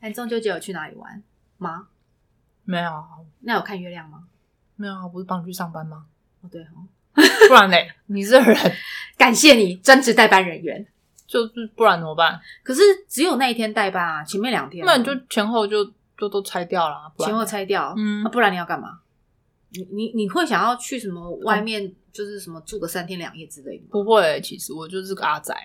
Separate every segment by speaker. Speaker 1: 哎，你中秋节有去哪里玩吗？
Speaker 2: 没有啊，
Speaker 1: 那有看月亮吗？
Speaker 2: 没有啊，不是帮你去上班吗？
Speaker 1: 哦，对哦，
Speaker 2: 不然嘞，你这人
Speaker 1: 感谢你专职代班人员。
Speaker 2: 就是不然怎么办？
Speaker 1: 可是只有那一天代班啊，前面两天啊
Speaker 2: 那你就前后就就都拆掉了啊，不然
Speaker 1: 前后拆掉，
Speaker 2: 嗯
Speaker 1: 啊不然你要干嘛？你你你会想要去什
Speaker 2: 哦
Speaker 1: 么外面，就是什么住个三天两夜之类的吗？
Speaker 2: 不会。其实我就是个阿宅，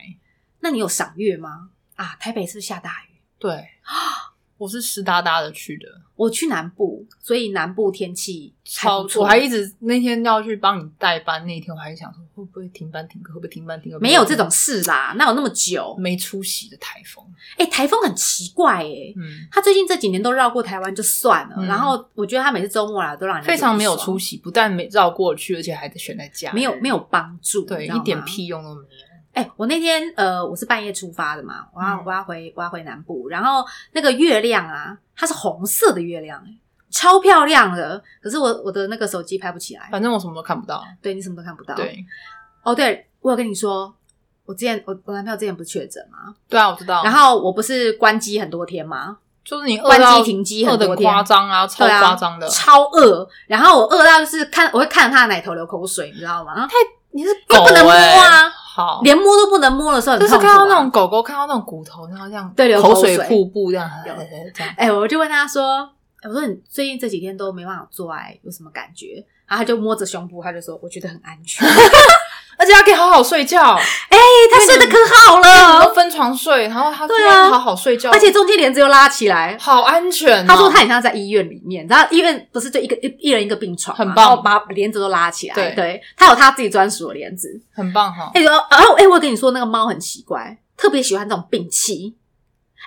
Speaker 1: 那你有赏月吗？啊，台北是不是下大雨？
Speaker 2: 对， 我是湿哒哒的去的，
Speaker 1: 我去南部，所以南部天气
Speaker 2: 超
Speaker 1: 不错
Speaker 2: 我还一直那天要去帮你代班，那一天我还想说会不会停班停课，会不会停班停课？
Speaker 1: 没有这种事啦，哪有那么久？
Speaker 2: 没出息的台风，
Speaker 1: 哎、台风很奇怪哎、
Speaker 2: 嗯，
Speaker 1: 他最近这几年都绕过台湾就算了，
Speaker 2: 嗯
Speaker 1: 然后我觉得他每次周末啊来都让人家
Speaker 2: 非常没有
Speaker 1: 觉得不
Speaker 2: 出
Speaker 1: 爽，
Speaker 2: 息，不但没绕过去，而且还选在家，
Speaker 1: 没有没有帮助，
Speaker 2: 对
Speaker 1: 你知道
Speaker 2: 一
Speaker 1: 吗
Speaker 2: 点。屁用都没有。
Speaker 1: 哎、我那天呃，我是半夜出发的嘛，我要、
Speaker 2: 嗯
Speaker 1: 我要回我要回南部，然后那个月亮啊，它是红色的月亮、哎超漂亮的。可是我我的那个手机拍不起来，
Speaker 2: 反正我什么都看不到，
Speaker 1: 对你什么都看不到。，
Speaker 2: 呃对
Speaker 1: 哦，对我有跟你说，我之前我我男朋友之前不是确诊吗？
Speaker 2: 对啊，我知道。
Speaker 1: 然后我不是关机很多天吗？
Speaker 2: 就是你饿
Speaker 1: 关
Speaker 2: 到
Speaker 1: 机停机
Speaker 2: 饿
Speaker 1: 很
Speaker 2: 的
Speaker 1: 多
Speaker 2: 夸
Speaker 1: 天。
Speaker 2: 张啊，超
Speaker 1: 对啊
Speaker 2: 夸张的。
Speaker 1: 超饿，然后我饿到就是看，我会看着他的奶头流口水，你知道吗？太
Speaker 2: 你是
Speaker 1: 又
Speaker 2: 狗
Speaker 1: 不能摸
Speaker 2: 欸
Speaker 1: 啊
Speaker 2: 好，
Speaker 1: 连摸都不能摸的时候，很
Speaker 2: 就是
Speaker 1: 痛苦
Speaker 2: 看
Speaker 1: 啊
Speaker 2: 到那种狗狗，看到那种骨头，然后这样
Speaker 1: 对流
Speaker 2: 口
Speaker 1: 口
Speaker 2: 水
Speaker 1: 水
Speaker 2: 瀑布这样，
Speaker 1: 有
Speaker 2: 这样
Speaker 1: 哎、我就问他说，哎我说你最近这几天都没办法做爱，有什么感觉？然后他就摸着胸部，他就说我觉得很安全。哎、
Speaker 2: 而且它可以好好睡觉，
Speaker 1: 他睡得可好
Speaker 2: 我
Speaker 1: 了
Speaker 2: 都，分床睡，然后它
Speaker 1: 对啊
Speaker 2: 这样好好睡觉，
Speaker 1: 而且中间帘子又拉起来。
Speaker 2: 好安全哦。
Speaker 1: 他说他很像在医院里面，然后医院不是就一个一一人一个病床嘛，
Speaker 2: 很棒
Speaker 1: 然后把帘子都拉起来。
Speaker 2: 对
Speaker 1: 他有他自己专属的帘子。
Speaker 2: 很棒哈，
Speaker 1: 哎、然后然后哎，我跟你说，那个猫很奇怪，特别喜欢这种病气。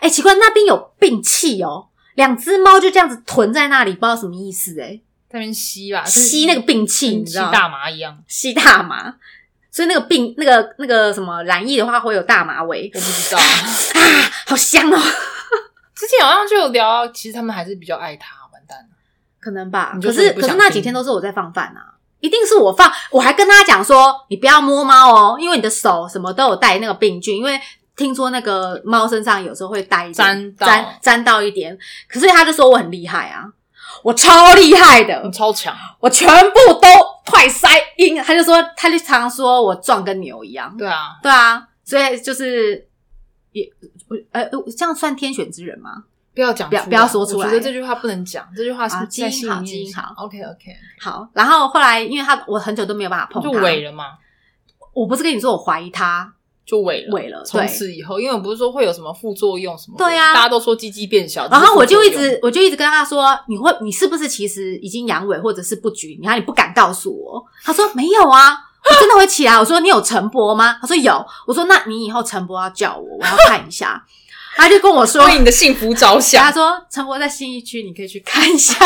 Speaker 1: 哎、奇怪，那边有病气哦，两只猫就这样子囤在那里，不知道什么意思哎、
Speaker 2: 在那边吸吧，
Speaker 1: 吸那个病气，你
Speaker 2: 跟啊嗯吸
Speaker 1: 知道
Speaker 2: 大麻一样，
Speaker 1: 吸大麻，所以那个病那个那个什么染疫的话会有大麻味
Speaker 2: 我不知 道。
Speaker 1: 啊，好香哦，
Speaker 2: 之前好像就有聊到，其实他们还是比较爱它，完蛋了，
Speaker 1: 可能吧
Speaker 2: 你。就
Speaker 1: 可
Speaker 2: 说你
Speaker 1: 是
Speaker 2: 不
Speaker 1: 可
Speaker 2: 想
Speaker 1: 是那
Speaker 2: 听
Speaker 1: 几天都是我在放饭啊，一定是我放，我还跟他讲说你不要摸猫哦，因为你的手什么都有带那个病菌，因为。听说那个猫身上有时候会带一点
Speaker 2: 沾到
Speaker 1: 沾沾到一点，可是他就说我很厉害啊，我超厉害的，
Speaker 2: 你超强，
Speaker 1: 我全部都快塞阴，他就说他就常说我壮跟牛一样，
Speaker 2: 对啊，
Speaker 1: 对啊，所以就是也我呃这样算天选之人吗？
Speaker 2: 不要讲
Speaker 1: 不
Speaker 2: 出来，
Speaker 1: 要不要说出来
Speaker 2: 我觉得这句话不能讲，这句话是
Speaker 1: 啊基因
Speaker 2: 在心里
Speaker 1: 好
Speaker 2: 面
Speaker 1: 基因好
Speaker 2: ，OK OK，
Speaker 1: 好，然后后来因为他我很久都没有办法碰
Speaker 2: 就
Speaker 1: 他，
Speaker 2: 伪了嘛，
Speaker 1: 我不是跟你说我怀疑他，
Speaker 2: 就伪了，
Speaker 1: 伪了
Speaker 2: 啊从
Speaker 1: 对
Speaker 2: 此以后，因为我不是说会有什么副作用什么的，
Speaker 1: 对啊
Speaker 2: 大家都说鸡鸡变小，
Speaker 1: 然后我就一
Speaker 2: 这是副作
Speaker 1: 直我就一直跟他说，你会你是不是其实已经阳痿或者是不举？你看你不敢告诉我，他说没有啊。 我真的会起来。我说你有晨勃吗？他说有。我说那你以后晨勃要叫我，我要看一下。他就跟我说
Speaker 2: 用，为你的幸福着
Speaker 1: 他
Speaker 2: 想，
Speaker 1: 说晨勃在信义区，你可以去看一下。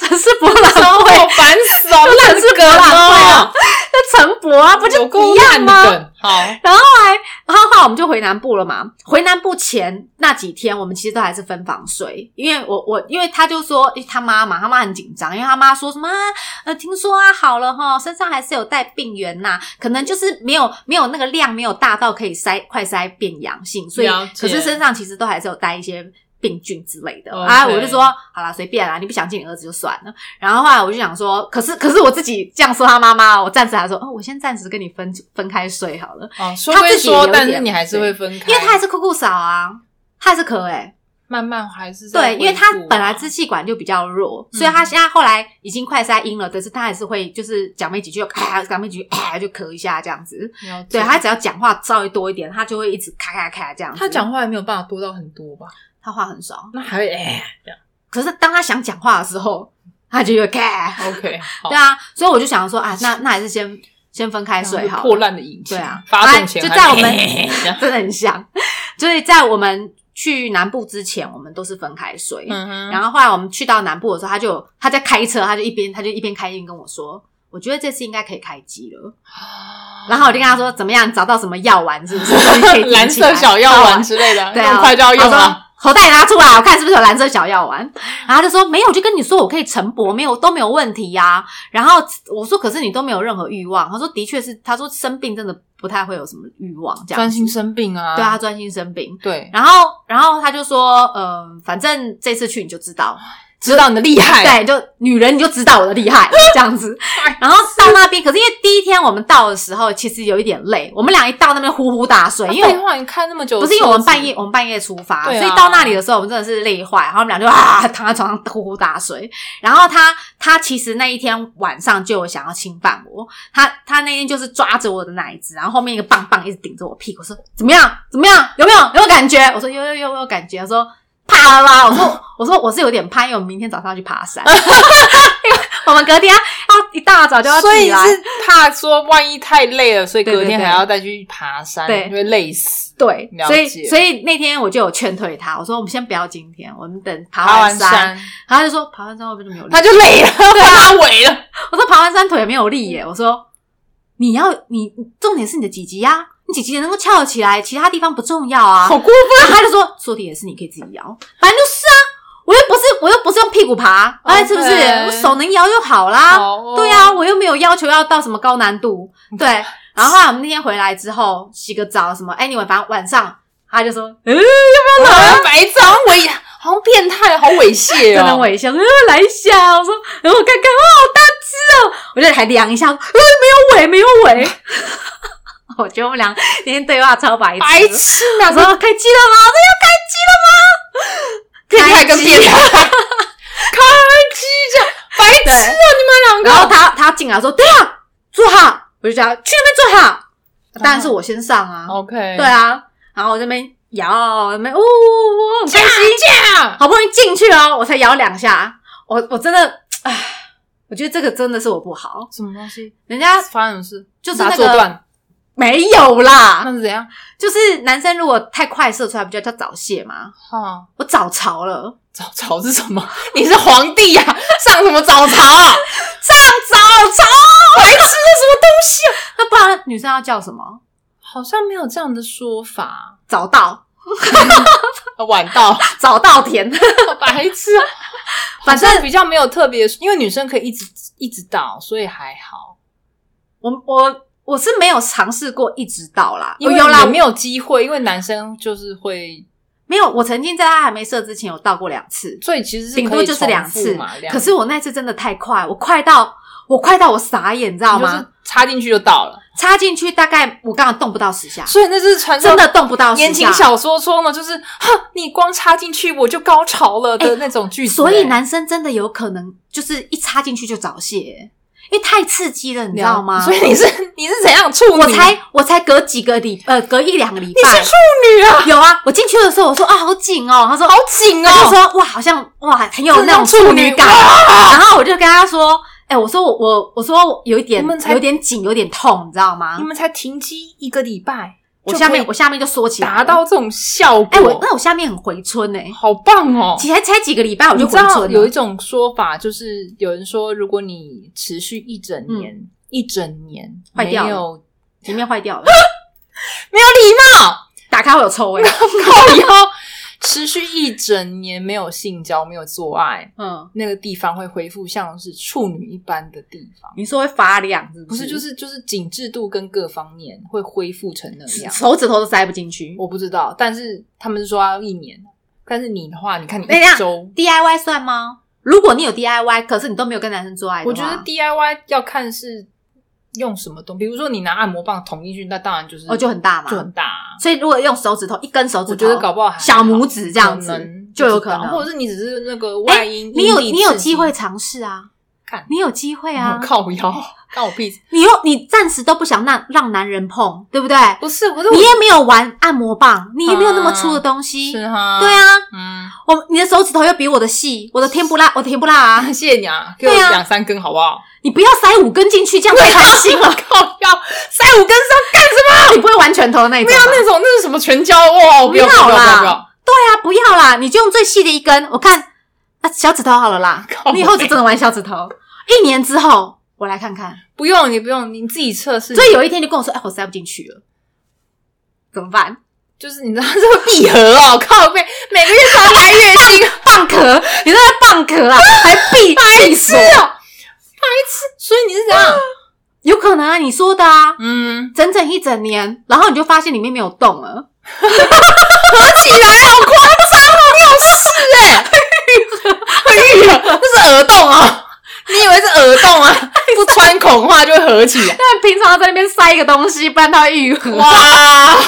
Speaker 1: 这是博览
Speaker 2: 然后
Speaker 1: 会，
Speaker 2: 我烦死了，
Speaker 1: 烂是
Speaker 2: 格
Speaker 1: 博览会
Speaker 2: 了
Speaker 1: 啊，，那陈博啊，不就
Speaker 2: 有够
Speaker 1: 一样
Speaker 2: 烂的
Speaker 1: 吗？
Speaker 2: 梗？好，
Speaker 1: 然后后来我们就回南部了嘛。回南部前那几天，我们其实都还是分房睡，因为我我因为他就说诶他妈嘛，他妈很紧张，因为他妈说什么、啊、呃，听说啊好了哈，身上还是有带病源呐、可能就是没有没有那个量没有大到可以筛快筛变阳性，所以
Speaker 2: 了解
Speaker 1: 可
Speaker 2: 哦
Speaker 1: 是身上其实都还是有带一些。病菌之类的
Speaker 2: OK
Speaker 1: 啊，我就说好啦，随便啦，你不想见你儿子就算了。然后后来我就想说，可是可是我自己这样说他妈妈，我暂时还说，哦，我先暂时跟你分分开睡好了，
Speaker 2: 哦，说归
Speaker 1: 有
Speaker 2: 说，
Speaker 1: 一
Speaker 2: 但是
Speaker 1: 点
Speaker 2: 你还是会分开，
Speaker 1: 因为他还是酷酷嫂啊，他还是可哎、
Speaker 2: 慢慢还是在
Speaker 1: 对，因为他
Speaker 2: 恢复啊
Speaker 1: 本来支气管就比较弱，
Speaker 2: 嗯
Speaker 1: 所以他现在后来已经快塞阴了，但是他还是会就是讲没几句就咔，讲没几句咔就咳一下这样子。
Speaker 2: 了解
Speaker 1: 对他只要讲话稍微多一点，他就会一直咔咔咔这样子。
Speaker 2: 他讲话也没有办法多到很多吧，
Speaker 1: 他话很少，
Speaker 2: 那还会 哎这样
Speaker 1: 可是当他想讲话的时候，他就会咔。
Speaker 2: ，OK，好
Speaker 1: 对，啊，所以我就想说啊，那那还是先先分开睡好了。
Speaker 2: 破烂的引
Speaker 1: 对
Speaker 2: 擎，
Speaker 1: 啊
Speaker 2: 发动前
Speaker 1: 哎就
Speaker 2: 还
Speaker 1: 在我们
Speaker 2: 这样
Speaker 1: 真的很 像，就是在我们去南部之前，我们都是分开睡。
Speaker 2: 嗯哼，
Speaker 1: 然后后来我们去到南部的时候，他就他在开车，他就一边他就一边开一边跟我说，我觉得这次应该可以开机了。
Speaker 2: 哦
Speaker 1: 然后我就跟他说，怎么样，找到什么药丸是不 是？终于可以
Speaker 2: 蓝
Speaker 1: 停起来
Speaker 2: 色小药丸，之类的，
Speaker 1: 对
Speaker 2: 那
Speaker 1: 啊，
Speaker 2: 么快就要用
Speaker 1: 他
Speaker 2: 了
Speaker 1: 说。。口袋拿出来，我看是不是有蓝色小药丸。然后他就说没有，我就跟你说我可以晨勃，没有都没有问题呀、然后我说可是你都没有任何欲望。他说的确是，他说生病真的不太会有什么欲望这样子。
Speaker 2: 专心生病啊，
Speaker 1: 对他，专心生病。
Speaker 2: 对，
Speaker 1: 然后，然后他就说，嗯、反正这次去你就知道，
Speaker 2: 知道你的厉害，哎
Speaker 1: 对，就女人你就知道我的厉 害这样子。然后到那边，可是因为第一天我们到的时候，其实有一点累，我们俩一到那边呼呼大睡，
Speaker 2: 啊
Speaker 1: 因为
Speaker 2: 废话，你开那么久的
Speaker 1: 不
Speaker 2: 车子，
Speaker 1: 是因为我们半夜我们半夜出发，
Speaker 2: 对啊
Speaker 1: 所以到那里的时候我们真的是累坏，然后我们俩就啊躺在床上呼呼大睡。然后他他其实那一天晚上就有想要侵犯我，他他那天就是抓着我的奶子，然后后面一个棒棒一直顶着我屁股，说怎么样怎么样有没有有没有感觉？我说有有有我有感觉。他说啪啦啦，我说我说我是有点怕，因为我们明天早上要去爬山， 因为我们隔天要一大早就要
Speaker 2: 所以
Speaker 1: 起来。
Speaker 2: 是怕说万一太累了，所以隔
Speaker 1: 对对
Speaker 2: 天
Speaker 1: 对
Speaker 2: 还要再去爬山，
Speaker 1: 对
Speaker 2: 就会累死。
Speaker 1: 对，
Speaker 2: 了
Speaker 1: 所以
Speaker 2: 解
Speaker 1: 所以那天我就有劝退他，我说我们先不要今天，我们等
Speaker 2: 爬
Speaker 1: 爬
Speaker 2: 完
Speaker 1: 山
Speaker 2: 山
Speaker 1: 然后他就说爬完山会不会就没有力？
Speaker 2: 他就累了，他萎了，
Speaker 1: 我说爬完山腿没有力耶。我说你要你重点是你的几级呀、你几级能够翘得起来，其他地方不重要啊。
Speaker 2: 好过分！
Speaker 1: 然后他就说坐地也是你可以自己摇，反正就是啊，我又不是我又不是用屁股爬，哎、是不是？
Speaker 2: OK
Speaker 1: 我手能摇就好啦。
Speaker 2: 哦
Speaker 1: 对啊，，我又没有要求要到什么高难度， 对。然后后来我们那天回来之后洗个澡什么，anyway，反正晚上他就说，嗯、
Speaker 2: 我白痴，好像猥，好像变态，好猥亵
Speaker 1: 真的
Speaker 2: 哦，
Speaker 1: 我一下，呃，来一下，我说，然后我看看，哇，好大只哦，我就还量一下，呃，没有尾，没有尾。 我觉得我们俩那天对话超白痴，
Speaker 2: 白痴啊！
Speaker 1: 我说开机了吗？我说要开机了吗？
Speaker 2: 变态跟变态，开机这样，白痴啊！你们
Speaker 1: 然
Speaker 2: 两
Speaker 1: 后
Speaker 2: 个，
Speaker 1: 他他进来说，对啊，坐好，我就叫他去那边坐好，当然是我先上啊，
Speaker 2: 哦 OK，
Speaker 1: 对，啊，然后我这边摇，那边呜哦呜呜，很开心，好不容易进去哦，我才摇两下，我我真的，唉，我觉得这个真的是我不好，
Speaker 2: 什么东西？
Speaker 1: 人家
Speaker 2: 发生什么事？
Speaker 1: 就是
Speaker 2: 把
Speaker 1: 那
Speaker 2: 它
Speaker 1: 个啊
Speaker 2: 做断，
Speaker 1: 没有啦
Speaker 2: 那，是怎样？
Speaker 1: 就是男生如果太快射出来，不就叫早泄吗？
Speaker 2: 哈，
Speaker 1: 我早潮了，
Speaker 2: 早朝是什 么？你是皇帝呀？上什么早朝啊？
Speaker 1: 上早潮，白痴的什么东西、啊？那不然女生要叫什么？
Speaker 2: 好像没有这样的说法，
Speaker 1: 早到，
Speaker 2: 呃晚 到，
Speaker 1: 早稻田，
Speaker 2: 白痴啊！
Speaker 1: 反正
Speaker 2: 好像比较没有特别，因为女生可以一直一直到，所以还好。
Speaker 1: 我我我是没有尝试过一直到啦，
Speaker 2: 因为
Speaker 1: 我哦有啦，
Speaker 2: 你没有机会，因为男生就是会，
Speaker 1: 没有，我曾经在他还没射之前有到过两次，
Speaker 2: 所以其实是
Speaker 1: 顶
Speaker 2: 可
Speaker 1: 多
Speaker 2: 以
Speaker 1: 就是两
Speaker 2: 重
Speaker 1: 次
Speaker 2: 复嘛，两
Speaker 1: 可是我那次真的太快，我快到我快到我傻眼，你知道
Speaker 2: 你就
Speaker 1: 吗？
Speaker 2: 是插进去就到了，
Speaker 1: 插进去大概我刚刚动不到十下，
Speaker 2: 所以那是传说
Speaker 1: 真的动不到十下。
Speaker 2: 言情小说说呢，就是哼，你光插进去我就高潮了的那种句子、
Speaker 1: 哎所
Speaker 2: 欸
Speaker 1: 以男生真的有可能就是一插进去就早泄欸，因为太刺激了，你知道吗？
Speaker 2: 所以你是你是怎样处女？啊
Speaker 1: 我才我才隔几个礼呃隔一两个礼
Speaker 2: 你
Speaker 1: 拜
Speaker 2: 是处女啊，
Speaker 1: 有啊，我进去的时候我说啊好紧哦，他说
Speaker 2: 好紧
Speaker 1: 他就
Speaker 2: 哦，
Speaker 1: 说哇好像哇很有那种
Speaker 2: 这种
Speaker 1: 处
Speaker 2: 处
Speaker 1: 女
Speaker 2: 女
Speaker 1: 感，然后我就跟他说。哎、我说我我我说有一点
Speaker 2: 你们才
Speaker 1: 有点紧，有点痛，你知道吗
Speaker 2: 你？们才停机一个礼拜，
Speaker 1: 我
Speaker 2: 就
Speaker 1: 下
Speaker 2: 可以
Speaker 1: 面我下面就缩起来了，
Speaker 2: 达到这种效果，
Speaker 1: 哎、我那我下面很回春哎、
Speaker 2: 好棒哦！
Speaker 1: 其实才几个礼拜我
Speaker 2: 你
Speaker 1: 就
Speaker 2: 知
Speaker 1: 回春
Speaker 2: 道
Speaker 1: 了。
Speaker 2: 有一种说法，就是有人说，如果你持续一整年，一整年
Speaker 1: 坏掉了
Speaker 2: 没有
Speaker 1: 前面坏掉了，
Speaker 2: 没有礼貌，
Speaker 1: 打开会有臭 味。
Speaker 2: 靠腰，持续一整年没有性交、没有做爱，
Speaker 1: 嗯，
Speaker 2: 那个地方会恢复像是处女一般的地方，
Speaker 1: 你说会发亮是
Speaker 2: 不是就是就是紧致度跟各方面会恢复成那样。
Speaker 1: 手指头都塞不进去。
Speaker 2: 我不知道，但是他们是说要一年，但是你的话，你看你
Speaker 1: 等一下
Speaker 2: 一周。
Speaker 1: DIY 算吗？如果你有 DIY，可是你都没有跟男生做爱的话，
Speaker 2: 我觉得 DIY 要看是用什么东西，比如说你拿按摩棒捅进去，那当然就是
Speaker 1: 哦就很大嘛
Speaker 2: 就很大、啊。
Speaker 1: 所以如果用手指头一根手指头，
Speaker 2: 我觉得搞不好还好
Speaker 1: 小拇指这样
Speaker 2: 可
Speaker 1: 子
Speaker 2: 能
Speaker 1: 就有
Speaker 2: 不
Speaker 1: 可
Speaker 2: 知道
Speaker 1: 能，哎
Speaker 2: 或者是你只是那个外阴、
Speaker 1: 你有
Speaker 2: 阴蒂
Speaker 1: 你有
Speaker 2: 刺激
Speaker 1: 机会尝试啊，
Speaker 2: 看
Speaker 1: 你有机会啊
Speaker 2: 我，靠 腰，干我屁事！
Speaker 1: 你又你暂时都不想让让男人碰，对不对？
Speaker 2: 不是，我是
Speaker 1: 你也没有玩按摩棒，你也没有那么粗的东西，
Speaker 2: 是哈，
Speaker 1: 对，啊，
Speaker 2: 嗯，
Speaker 1: 我你的手指头又比我的细，我的天不辣，我的天不辣啊！
Speaker 2: 谢谢你啊，给我
Speaker 1: 对啊
Speaker 2: 两三根好不好？
Speaker 1: 你不要塞五根进去，这样太贪心了。
Speaker 2: 靠腰，塞五根是要干什么？
Speaker 1: 你不会玩拳头的那一种
Speaker 2: 没有
Speaker 1: 吧？
Speaker 2: 那种，那是什么全交哇？我不要，
Speaker 1: 不
Speaker 2: 不
Speaker 1: 要
Speaker 2: 要，不
Speaker 1: 啦
Speaker 2: 要，不要！
Speaker 1: 对啊，不要啦，你就用最细的一根，我看啊小指头好了啦
Speaker 2: 靠。
Speaker 1: 你以后就真的玩小指头。一年之后，我来看看。
Speaker 2: 不用，你不用，你自己测试。
Speaker 1: 所以有一天就跟我说：“哎，我塞不进去了，怎么办
Speaker 2: 就是你知道这个闭合哦，靠背，每个月都要来月经，？”
Speaker 1: 蚌壳，你那 个蚌壳啊，还闭闭锁。啊
Speaker 2: 白痴！所以你是怎样？
Speaker 1: 有可能啊，你说的啊，
Speaker 2: 嗯，
Speaker 1: 整整一整年，然后你就发现里面没有洞了，
Speaker 2: 起来好夸张哦，你有事哎、 很这是耳洞啊！你以为是耳洞 啊？不穿孔的话就会合起来。
Speaker 1: 但平常在那边塞一个东西，不然它会愈合。
Speaker 2: 哇，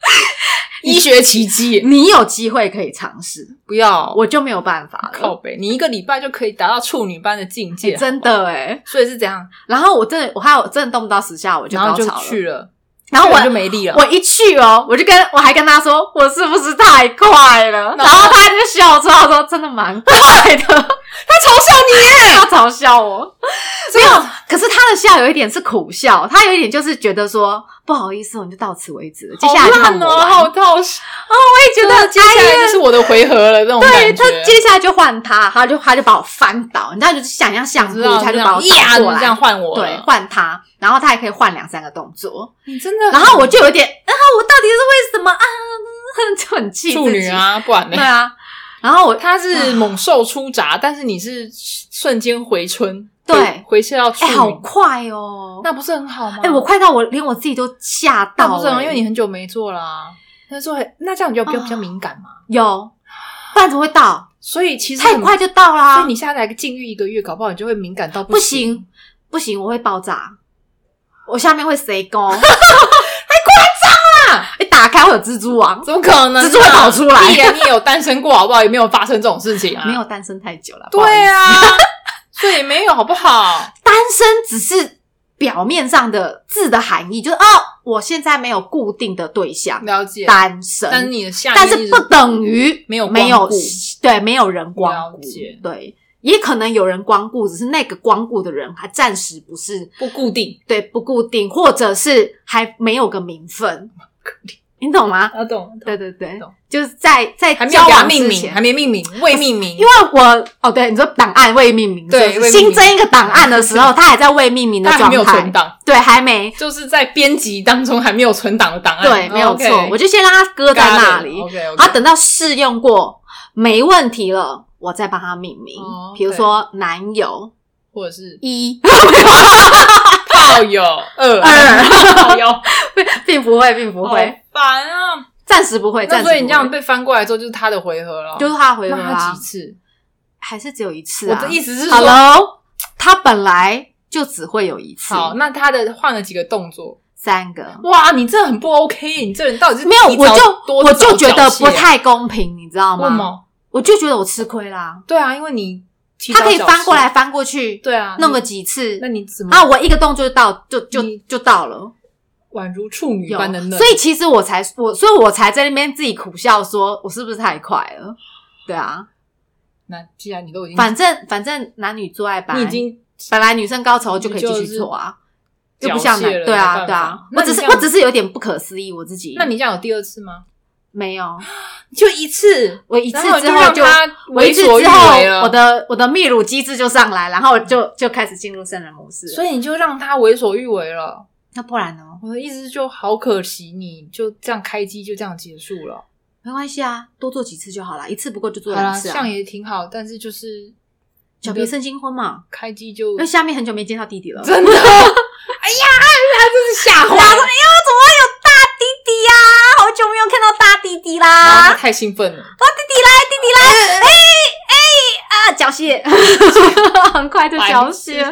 Speaker 2: 医学奇迹！
Speaker 1: 你有机会可以尝试，
Speaker 2: 不要我
Speaker 1: 我就没有办法
Speaker 2: 靠
Speaker 1: 了。
Speaker 2: 北，你一个礼拜就可以达到处女般的境界，
Speaker 1: 真的哎、
Speaker 2: 所以是怎样？
Speaker 1: 然后我真的，我还有真的动不到十下我就
Speaker 2: 然
Speaker 1: 高
Speaker 2: 后就
Speaker 1: 潮了。
Speaker 2: 去了，
Speaker 1: 然后我
Speaker 2: 去了就没力了。
Speaker 1: 我一去哦，我就跟我还跟他说，我是不是太快了？
Speaker 2: 那
Speaker 1: 然后他就笑出来他说，真的蛮快的。 他嘲笑你耶！他嘲笑我，没有。可是他的笑有一点是苦笑，他有一点就是觉得说不好意思哦，我们就到此为止了，接下来就
Speaker 2: 好
Speaker 1: 换
Speaker 2: 烂
Speaker 1: 我
Speaker 2: 哦，
Speaker 1: 玩。
Speaker 2: 好到
Speaker 1: 我也觉得
Speaker 2: 接下
Speaker 1: 哎
Speaker 2: 来
Speaker 1: 呀
Speaker 2: 就是我的回合了，这种
Speaker 1: 对
Speaker 2: 感觉。
Speaker 1: 他接下来就换他，他就他就把我翻倒，你知道就是想要相扑
Speaker 2: 知，道
Speaker 1: 他就
Speaker 2: 这
Speaker 1: 把
Speaker 2: 样
Speaker 1: 我打
Speaker 2: 呀，你
Speaker 1: 过来，
Speaker 2: 这样换我
Speaker 1: 对，
Speaker 2: 了，
Speaker 1: 换他，然后他还可以换两三个动作，
Speaker 2: 你真的很。
Speaker 1: 然后我就有点啊，我到底是为什么啊？ 就很气自己
Speaker 2: 处女，啊，不然呢
Speaker 1: 对？啊。然后我
Speaker 2: 他是猛兽出闸，但是你是瞬间回春，
Speaker 1: 对
Speaker 2: 回回撤到处
Speaker 1: 哎、
Speaker 2: 女，
Speaker 1: 好快哦！
Speaker 2: 那不是很好吗？
Speaker 1: 哎、我快到我连我自己都吓到
Speaker 2: 那
Speaker 1: 欸
Speaker 2: 不
Speaker 1: 了、
Speaker 2: 是很好，因为你很久没做啦、那时候很那这样你就比较、
Speaker 1: 啊
Speaker 2: 比较敏感嘛，
Speaker 1: 有，不然怎么会到？
Speaker 2: 所以其实
Speaker 1: 太
Speaker 2: 很
Speaker 1: 快就到啦、
Speaker 2: 所以你下来禁欲一个月，搞不好你就会敏感到
Speaker 1: 不
Speaker 2: 行。
Speaker 1: 行不行，我会爆炸，我下面会塞 弓，太夸张了！一打开会有蜘蛛网，
Speaker 2: 怎么可能、啊？
Speaker 1: 蜘蛛会跑出来
Speaker 2: 屁呀你也有单身过好不好？也没有发生这种事情啊，
Speaker 1: 没有。单身太久了，不好意
Speaker 2: 对
Speaker 1: 思，
Speaker 2: 啊， 所以没有好不好？
Speaker 1: 单身只是表面上的字的含义，就是哦，我现在没有固定的对象，
Speaker 2: 了解，
Speaker 1: 单身，
Speaker 2: 但是你的下一
Speaker 1: 但是
Speaker 2: 直
Speaker 1: 不等于
Speaker 2: 没有
Speaker 1: 没
Speaker 2: 光
Speaker 1: 有
Speaker 2: 顾
Speaker 1: 对没有人光
Speaker 2: 了
Speaker 1: 顾
Speaker 2: 解，
Speaker 1: 对，也可能有人光顾，只是那个光顾的人还暂时不是
Speaker 2: 不固定。
Speaker 1: 对不固定，或者是还没有个名分，你懂吗？
Speaker 2: 啊，懂，
Speaker 1: 对对对
Speaker 2: 懂，
Speaker 1: 就是在在
Speaker 2: 还没
Speaker 1: 交
Speaker 2: 有给它
Speaker 1: 往
Speaker 2: 命
Speaker 1: 之
Speaker 2: 名，还
Speaker 1: 前。
Speaker 2: 没命名，未命名，
Speaker 1: 因为我哦，对，你说档案未命名，是
Speaker 2: 对
Speaker 1: 不
Speaker 2: 未
Speaker 1: 是
Speaker 2: 命名
Speaker 1: 新增一个档案的时候，它还在未命名的
Speaker 2: 它还
Speaker 1: 状
Speaker 2: 没有存
Speaker 1: 态，
Speaker 2: 档，
Speaker 1: 对，还没，
Speaker 2: 就是在编辑当中还没有存档的档案。
Speaker 1: 对，没有错，我
Speaker 2: 就
Speaker 1: 就先让它搁在那里，
Speaker 2: OK，
Speaker 1: 他等到试用过没问题了，我再帮他命名
Speaker 2: 哦，
Speaker 1: 比如说男友
Speaker 2: 或者是
Speaker 1: 一，
Speaker 2: 炮友二
Speaker 1: 二
Speaker 2: 炮友，
Speaker 1: 并不会，并不
Speaker 2: 好
Speaker 1: 会，
Speaker 2: 烦啊！
Speaker 1: 暂时不会，
Speaker 2: 那
Speaker 1: 暂时
Speaker 2: 所以
Speaker 1: 不
Speaker 2: 你
Speaker 1: 会
Speaker 2: 这样被翻过来之后，就是他的回合了，
Speaker 1: 就是他的回合
Speaker 2: 那他
Speaker 1: 啦
Speaker 2: 几，次？
Speaker 1: 还是只有一次
Speaker 2: 我
Speaker 1: 啊
Speaker 2: 的意思是说，
Speaker 1: ？Hello，他本来就只会有一次，
Speaker 2: 好，那他的换了几个动作？
Speaker 1: 三个。
Speaker 2: 哇，你这很不 OK，你这人到底是
Speaker 1: 没有，
Speaker 2: 提早
Speaker 1: 我就
Speaker 2: 多
Speaker 1: 我
Speaker 2: 早
Speaker 1: 就觉得
Speaker 2: 缴械
Speaker 1: 不太公平，你知道
Speaker 2: 为什
Speaker 1: 吗？
Speaker 2: 么？
Speaker 1: 我就觉得我吃亏啦。
Speaker 2: 对啊，因为你提
Speaker 1: 他可以
Speaker 2: 早缴
Speaker 1: 翻过
Speaker 2: 械
Speaker 1: 来，翻过去，
Speaker 2: 对啊，
Speaker 1: 弄个
Speaker 2: 你
Speaker 1: 几次
Speaker 2: 那你怎么
Speaker 1: 啊，我一个动作就到，就就
Speaker 2: 你
Speaker 1: 就到了。
Speaker 2: 宛如处女
Speaker 1: 有
Speaker 2: 般的，嫩，
Speaker 1: 所以其实我才我，所以我才在那边自己苦笑说，我是不是太快了？对啊，
Speaker 2: 那既然你都已经，
Speaker 1: 反正反正男女做爱本
Speaker 2: 你
Speaker 1: 来
Speaker 2: 已经
Speaker 1: 本来女生高潮就可以继续做啊，
Speaker 2: 你
Speaker 1: 又
Speaker 2: 就是
Speaker 1: 不像男
Speaker 2: 缴械了
Speaker 1: 对
Speaker 2: 没办法
Speaker 1: 啊对啊，
Speaker 2: 那
Speaker 1: 我
Speaker 2: 你
Speaker 1: 只是
Speaker 2: 这样
Speaker 1: 我只是有点不可思议我自己。
Speaker 2: 那你这样有第二次吗？
Speaker 1: 没有
Speaker 2: 就一次，
Speaker 1: 我一次
Speaker 2: 然后
Speaker 1: 之后
Speaker 2: 就让他
Speaker 1: 我一
Speaker 2: 为
Speaker 1: 次
Speaker 2: 所欲
Speaker 1: 之后
Speaker 2: 为了，
Speaker 1: 我的我的泌乳机制就上来，然后我就就开始进入圣人模式了。
Speaker 2: 所以你就让他为所欲为了。
Speaker 1: 那不然呢？
Speaker 2: 我的意思就好可惜，你就这样开机就这样结束了。
Speaker 1: 没关系啊，多做几次就好了，一次不够就做
Speaker 2: 好啦，
Speaker 1: 两次
Speaker 2: 这
Speaker 1: 啊
Speaker 2: 样。也挺好，但是就是
Speaker 1: 小别胜新婚嘛，
Speaker 2: 开机就
Speaker 1: 因为下面很久没见到弟弟了。
Speaker 2: 真的，哎呀，他真是吓
Speaker 1: 大家说：“
Speaker 2: 坏
Speaker 1: 哎，呦，
Speaker 2: 了
Speaker 1: 怎么会有大弟弟呀、好久没有看到大弟弟
Speaker 2: 然后
Speaker 1: 啦
Speaker 2: 他！太兴奋了。哎
Speaker 1: 啊，缴 械，很快就缴
Speaker 2: 白
Speaker 1: 械，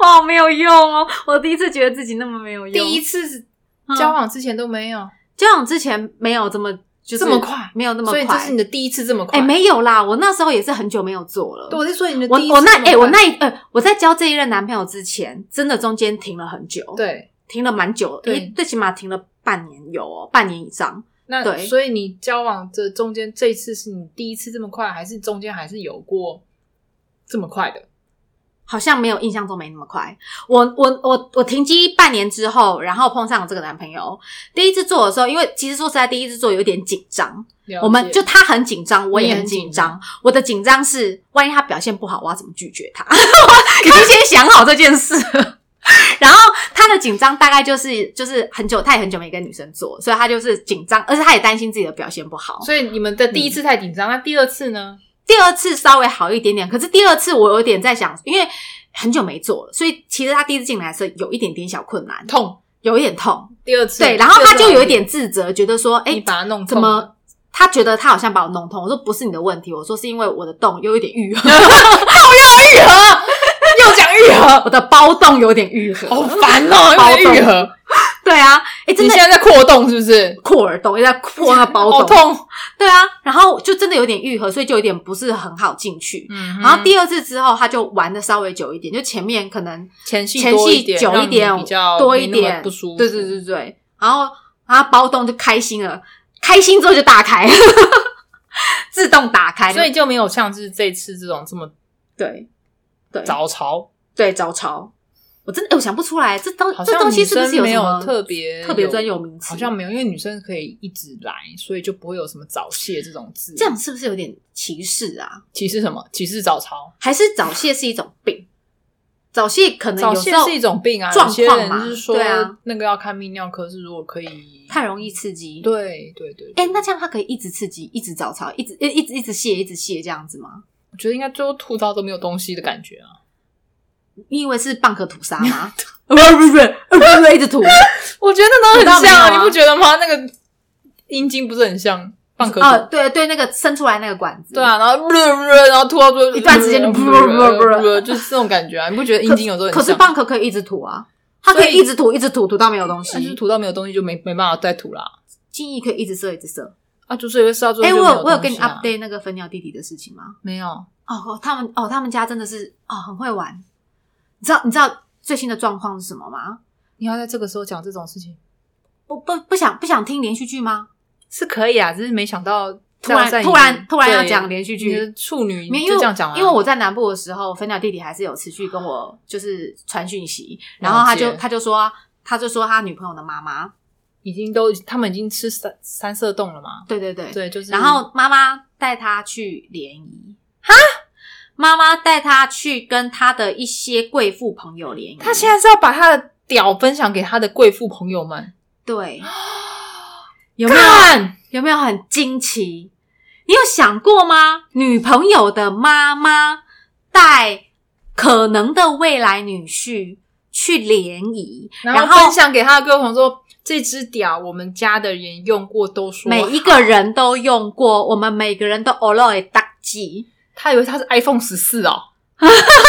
Speaker 1: 哇，好没有用哦！我第一次觉得自己那么没有用。
Speaker 2: 第一
Speaker 1: 次
Speaker 2: 次
Speaker 1: 嗯
Speaker 2: 交往之前都没有
Speaker 1: 交往之前没有这么就是
Speaker 2: 这么快，
Speaker 1: 没有那么
Speaker 2: 所以这
Speaker 1: 快
Speaker 2: 是。你的第一次这么
Speaker 1: 哎、
Speaker 2: 快。
Speaker 1: 没有啦，我那时候也是很久没有做了。
Speaker 2: 对，我是说你的
Speaker 1: 我
Speaker 2: 第一次
Speaker 1: 我那
Speaker 2: 这么
Speaker 1: 哎、我
Speaker 2: 快
Speaker 1: 那一呃，我在交这一任男朋友之前，真的中间停了很久，，
Speaker 2: 对
Speaker 1: 停了蛮久，
Speaker 2: 对
Speaker 1: 诶最起码停了半年有哦，半年以上。
Speaker 2: 那
Speaker 1: 对
Speaker 2: 所以你交往这中间这一次是你第一次这么快，还是中间还是有过这么快的？
Speaker 1: 好像没有印象中没那么快。我我我我停机半年之后，然后碰上我这个男朋友。第一次做的时候，因为其实说实在，第一次做有点紧张，
Speaker 2: 了解
Speaker 1: 我们就他很紧张，我
Speaker 2: 你
Speaker 1: 也
Speaker 2: 也
Speaker 1: 很
Speaker 2: 很
Speaker 1: 紧
Speaker 2: 紧
Speaker 1: 张。我的紧张是，万一他表现不好，我要怎么拒绝 他？我要先想好这件事。 然后他的紧张大概就是就是很久，他也很久没跟女生做，所以他就是紧张，而且他也担心自己的表现不好。
Speaker 2: 所以你们的第一次太紧张，那第二次呢？
Speaker 1: 第二次稍微好一点点，可是第二次我有点在想，因为很久没做了，所以其实他第一次进来是有一点点小困难，
Speaker 2: 痛。
Speaker 1: 有一点痛，
Speaker 2: 第二次
Speaker 1: 对，然后他就有一
Speaker 2: 点，
Speaker 1: 点自责，觉得说，哎、
Speaker 2: 你把它弄痛
Speaker 1: 怎么？他觉得他好像把我弄痛，我说不是你的问题，我说是因为我的洞有一点愈 合，
Speaker 2: 愈合？又讲愈合，
Speaker 1: 我的包洞有点愈合。
Speaker 2: 好烦 哦！
Speaker 1: 包
Speaker 2: 又
Speaker 1: 动
Speaker 2: 愈合，
Speaker 1: 对啊，哎、真
Speaker 2: 你
Speaker 1: 的
Speaker 2: 现在在扩洞是不是？
Speaker 1: 扩耳洞，又在扩他包
Speaker 2: 好
Speaker 1: 洞，
Speaker 2: 痛。
Speaker 1: 对啊，然后就真的有点愈合，所以就有点不是很好进去。
Speaker 2: 嗯
Speaker 1: 然后第二次之后，他就玩的稍微久一点，就前面可能
Speaker 2: 前戏
Speaker 1: 前
Speaker 2: 多一
Speaker 1: 戏
Speaker 2: 点
Speaker 1: 久
Speaker 2: 让
Speaker 1: 一
Speaker 2: 你
Speaker 1: 点，
Speaker 2: 比较
Speaker 1: 多
Speaker 2: 没
Speaker 1: 一
Speaker 2: 那么
Speaker 1: 点
Speaker 2: 不舒服
Speaker 1: 对对对对，然后然后包动就开心了，开心之后就大开， 自动打开，
Speaker 2: 所以就没有像是这次这种这么
Speaker 1: 对对
Speaker 2: 早潮，
Speaker 1: 对早潮，我真的、哎我想不出来这东
Speaker 2: 好
Speaker 1: 这
Speaker 2: 像
Speaker 1: 东
Speaker 2: 女
Speaker 1: 西是不
Speaker 2: 生
Speaker 1: 是有
Speaker 2: 没
Speaker 1: 什
Speaker 2: 有
Speaker 1: 么
Speaker 2: 特别
Speaker 1: 特别
Speaker 2: 有
Speaker 1: 专有名词？
Speaker 2: 好像没有，因为女生可以一直来，所以就不会有什么早泄这种字。
Speaker 1: 这样是不是有点歧视啊？
Speaker 2: 歧视什么？歧视早潮？
Speaker 1: 还是早泄是一种病？早泄可能
Speaker 2: 早
Speaker 1: 有
Speaker 2: 泄
Speaker 1: 时候
Speaker 2: 是一种病啊，
Speaker 1: 状
Speaker 2: 有些
Speaker 1: 况
Speaker 2: 人
Speaker 1: 嘛
Speaker 2: 是说
Speaker 1: 对啊
Speaker 2: 那个要看泌尿科，是如果可以，
Speaker 1: 太容易刺激，
Speaker 2: 对对对。
Speaker 1: 哎、那这样他可以一直刺激，一直早操，一直一一直一直泄，一直泄这样子吗？
Speaker 2: 我觉得应该最后吐到都没有东西的感觉啊。
Speaker 1: 你以为是蚌壳吐沙吗？ 不是不是不是不是不是一直吐，
Speaker 2: 我觉得那都很像
Speaker 1: 吐到没有啊
Speaker 2: 你不觉得吗？那个阴茎不是很像蚌壳？
Speaker 1: 哦，对对，那个伸出来那个管子，
Speaker 2: 对，啊，然后然后吐到最后
Speaker 1: 一段时间就
Speaker 2: 就是这种感觉啊！你不觉得阴茎有时候很
Speaker 1: 可是
Speaker 2: 像？
Speaker 1: 蚌壳可以一直吐啊，它可
Speaker 2: 所
Speaker 1: 以
Speaker 2: 以
Speaker 1: 一直吐，一直吐，吐到没有东
Speaker 2: 但是
Speaker 1: 西。
Speaker 2: 吐到没有东西就没没办法再吐啦。
Speaker 1: 精液可以一直射，一直射。
Speaker 2: 啊，就是因为射到最
Speaker 1: 哎、
Speaker 2: 后就
Speaker 1: 我
Speaker 2: 没
Speaker 1: 有我有
Speaker 2: 东
Speaker 1: 跟你
Speaker 2: 西啊
Speaker 1: update 那个粉鸟弟弟的事情吗？
Speaker 2: 没有？
Speaker 1: 哦，哦他们哦，他们家真的是哦，很会玩。你知道你知道最新的状况是什么吗？
Speaker 2: 你要在这个时候讲这种事情
Speaker 1: 不不不想不想听连续剧吗？
Speaker 2: 是可以啊，只是没想到
Speaker 1: 突然
Speaker 2: 在你
Speaker 1: 突然突然要讲
Speaker 2: 对
Speaker 1: 连续
Speaker 2: 你
Speaker 1: 剧，
Speaker 2: 的处女
Speaker 1: 没有，因
Speaker 2: 就
Speaker 1: 为
Speaker 2: 这样讲啊，
Speaker 1: 因为我在南部的时候，粉鸟弟弟还是有持续跟我就是传讯息，
Speaker 2: 了解
Speaker 1: 然后他就他就说他就说他女朋友的妈妈，
Speaker 2: 已经都他们已经吃三三色冻了嘛，
Speaker 1: 对对对，
Speaker 2: 对，就是
Speaker 1: 然后妈妈带他去联谊，哈，妈妈带他去跟他的一些贵妇朋友联谊，
Speaker 2: 他现在是要把他的屌分享给他的贵妇朋友们，
Speaker 1: 对
Speaker 2: 有
Speaker 1: 没有
Speaker 2: 看？
Speaker 1: 有没有很惊奇？你有想过吗？女朋友的妈妈带可能的未来女婿去联谊，
Speaker 2: 然
Speaker 1: 然
Speaker 2: 后
Speaker 1: 后
Speaker 2: 分享给他的贵妇朋友说，这只屌我们家的人用过，都说
Speaker 1: 每一个人都用过，我们每个人都 o l o 大忌。
Speaker 2: 他以为他是 iPhone 十四哦，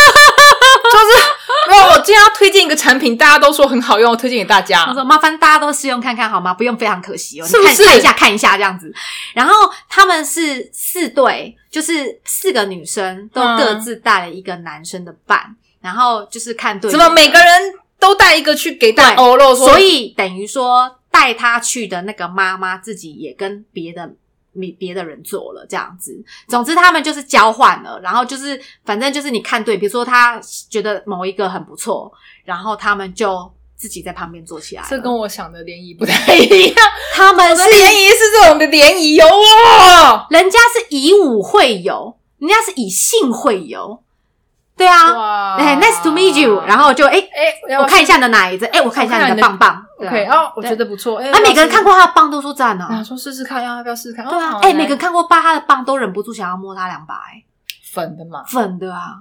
Speaker 2: 就是没有。我今天要推荐一个产品，大家都说很好用，我推荐给大
Speaker 1: 他
Speaker 2: 家。
Speaker 1: 说：“麻烦大家都试用看看好吗？不用非常可惜哦，
Speaker 2: 是不
Speaker 1: 你看
Speaker 2: 是
Speaker 1: 看一下看一下这样子。”然后他们是四对，就是四个女生都
Speaker 2: 嗯
Speaker 1: 各自带了一个男生的伴，然后就是看对
Speaker 2: 怎么
Speaker 1: 眼
Speaker 2: 每个人都带一个去给大家欧露说，
Speaker 1: 所以等于说带他去的那个妈妈自己也跟别的。你别的人做了这样子，总之他们就是交换了，然后就是反正就是你看对，比如说他觉得某一个很不错，然后他们就自己在旁边做起来了。
Speaker 2: 这跟我想的联谊不太一样。
Speaker 1: 他们
Speaker 2: 我
Speaker 1: 是
Speaker 2: 的联谊是这种的联谊哦，哇
Speaker 1: 人家是以武会友，人家是以性会友，对啊，
Speaker 2: 哇
Speaker 1: 哎，nice to meet you，然后就哎、
Speaker 2: 哎，
Speaker 1: 我看一下你的奶子，哎、我看一下你的棒棒对啊
Speaker 2: ，OK，哦，我
Speaker 1: 对
Speaker 2: 觉得不错。哎，
Speaker 1: 啊，每个人看
Speaker 2: 过，
Speaker 1: 过他的棒都说赞啊，
Speaker 2: 啊，说试试看，要不要试试看？
Speaker 1: 对啊
Speaker 2: 哦，
Speaker 1: 哎、
Speaker 2: 来
Speaker 1: 每个人看过爸他的棒都忍不住想要摸他两把、哎，
Speaker 2: 粉的嘛，
Speaker 1: 粉的啊，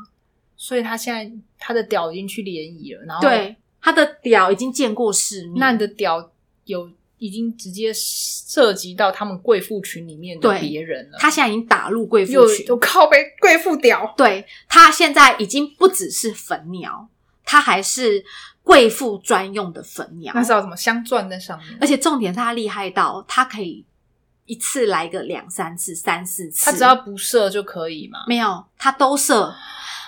Speaker 2: 所以他现在他的屌已经去联谊了，然后，
Speaker 1: 对，他的屌已经见过世面，
Speaker 2: 哦那你的屌有已经直接涉及到他们贵妇群里面的
Speaker 1: 对
Speaker 2: 别人了，
Speaker 1: 他现在已经打入贵妇
Speaker 2: 又
Speaker 1: 群，
Speaker 2: 又靠背贵妇屌，
Speaker 1: 对他现在已经不只是粉鸟，他还是贵妇专用的粉鸟
Speaker 2: 那，是要什么镶钻在上面
Speaker 1: 而？且重点是他厉害到他可以一次来个两三次、三四次，
Speaker 2: 他只要不射就可以嘛？
Speaker 1: 没有他都射，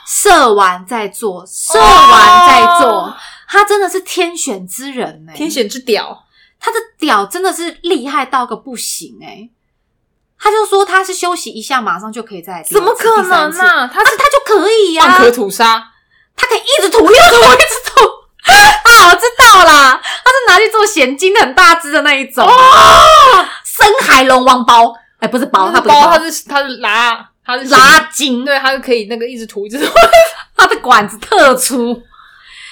Speaker 1: 射完再做，射完再做，
Speaker 2: 哦
Speaker 1: 他真的是天选之人呢、
Speaker 2: 天选之屌。
Speaker 1: 他的屌真的是厉害到个不行哎、他就说他是休息一下，马上就可以再来第二次。
Speaker 2: 怎么可能
Speaker 1: 呢、
Speaker 2: 啊呢、他
Speaker 1: 他
Speaker 2: 是
Speaker 1: 他就可以啊呀、
Speaker 2: 蚌壳吐沙，
Speaker 1: 他可以一直吐，一直吐，一直吐。 啊，我知道啦，他是拿去做咸金的很大只的那一种，深海龙王包，哎、不是包，它
Speaker 2: 它
Speaker 1: 不是
Speaker 2: 不
Speaker 1: 包，
Speaker 2: 它是它是拉，它是
Speaker 1: 拉筋，
Speaker 2: 对，它是可以那个一直吐一直吐，
Speaker 1: 它的管子特粗，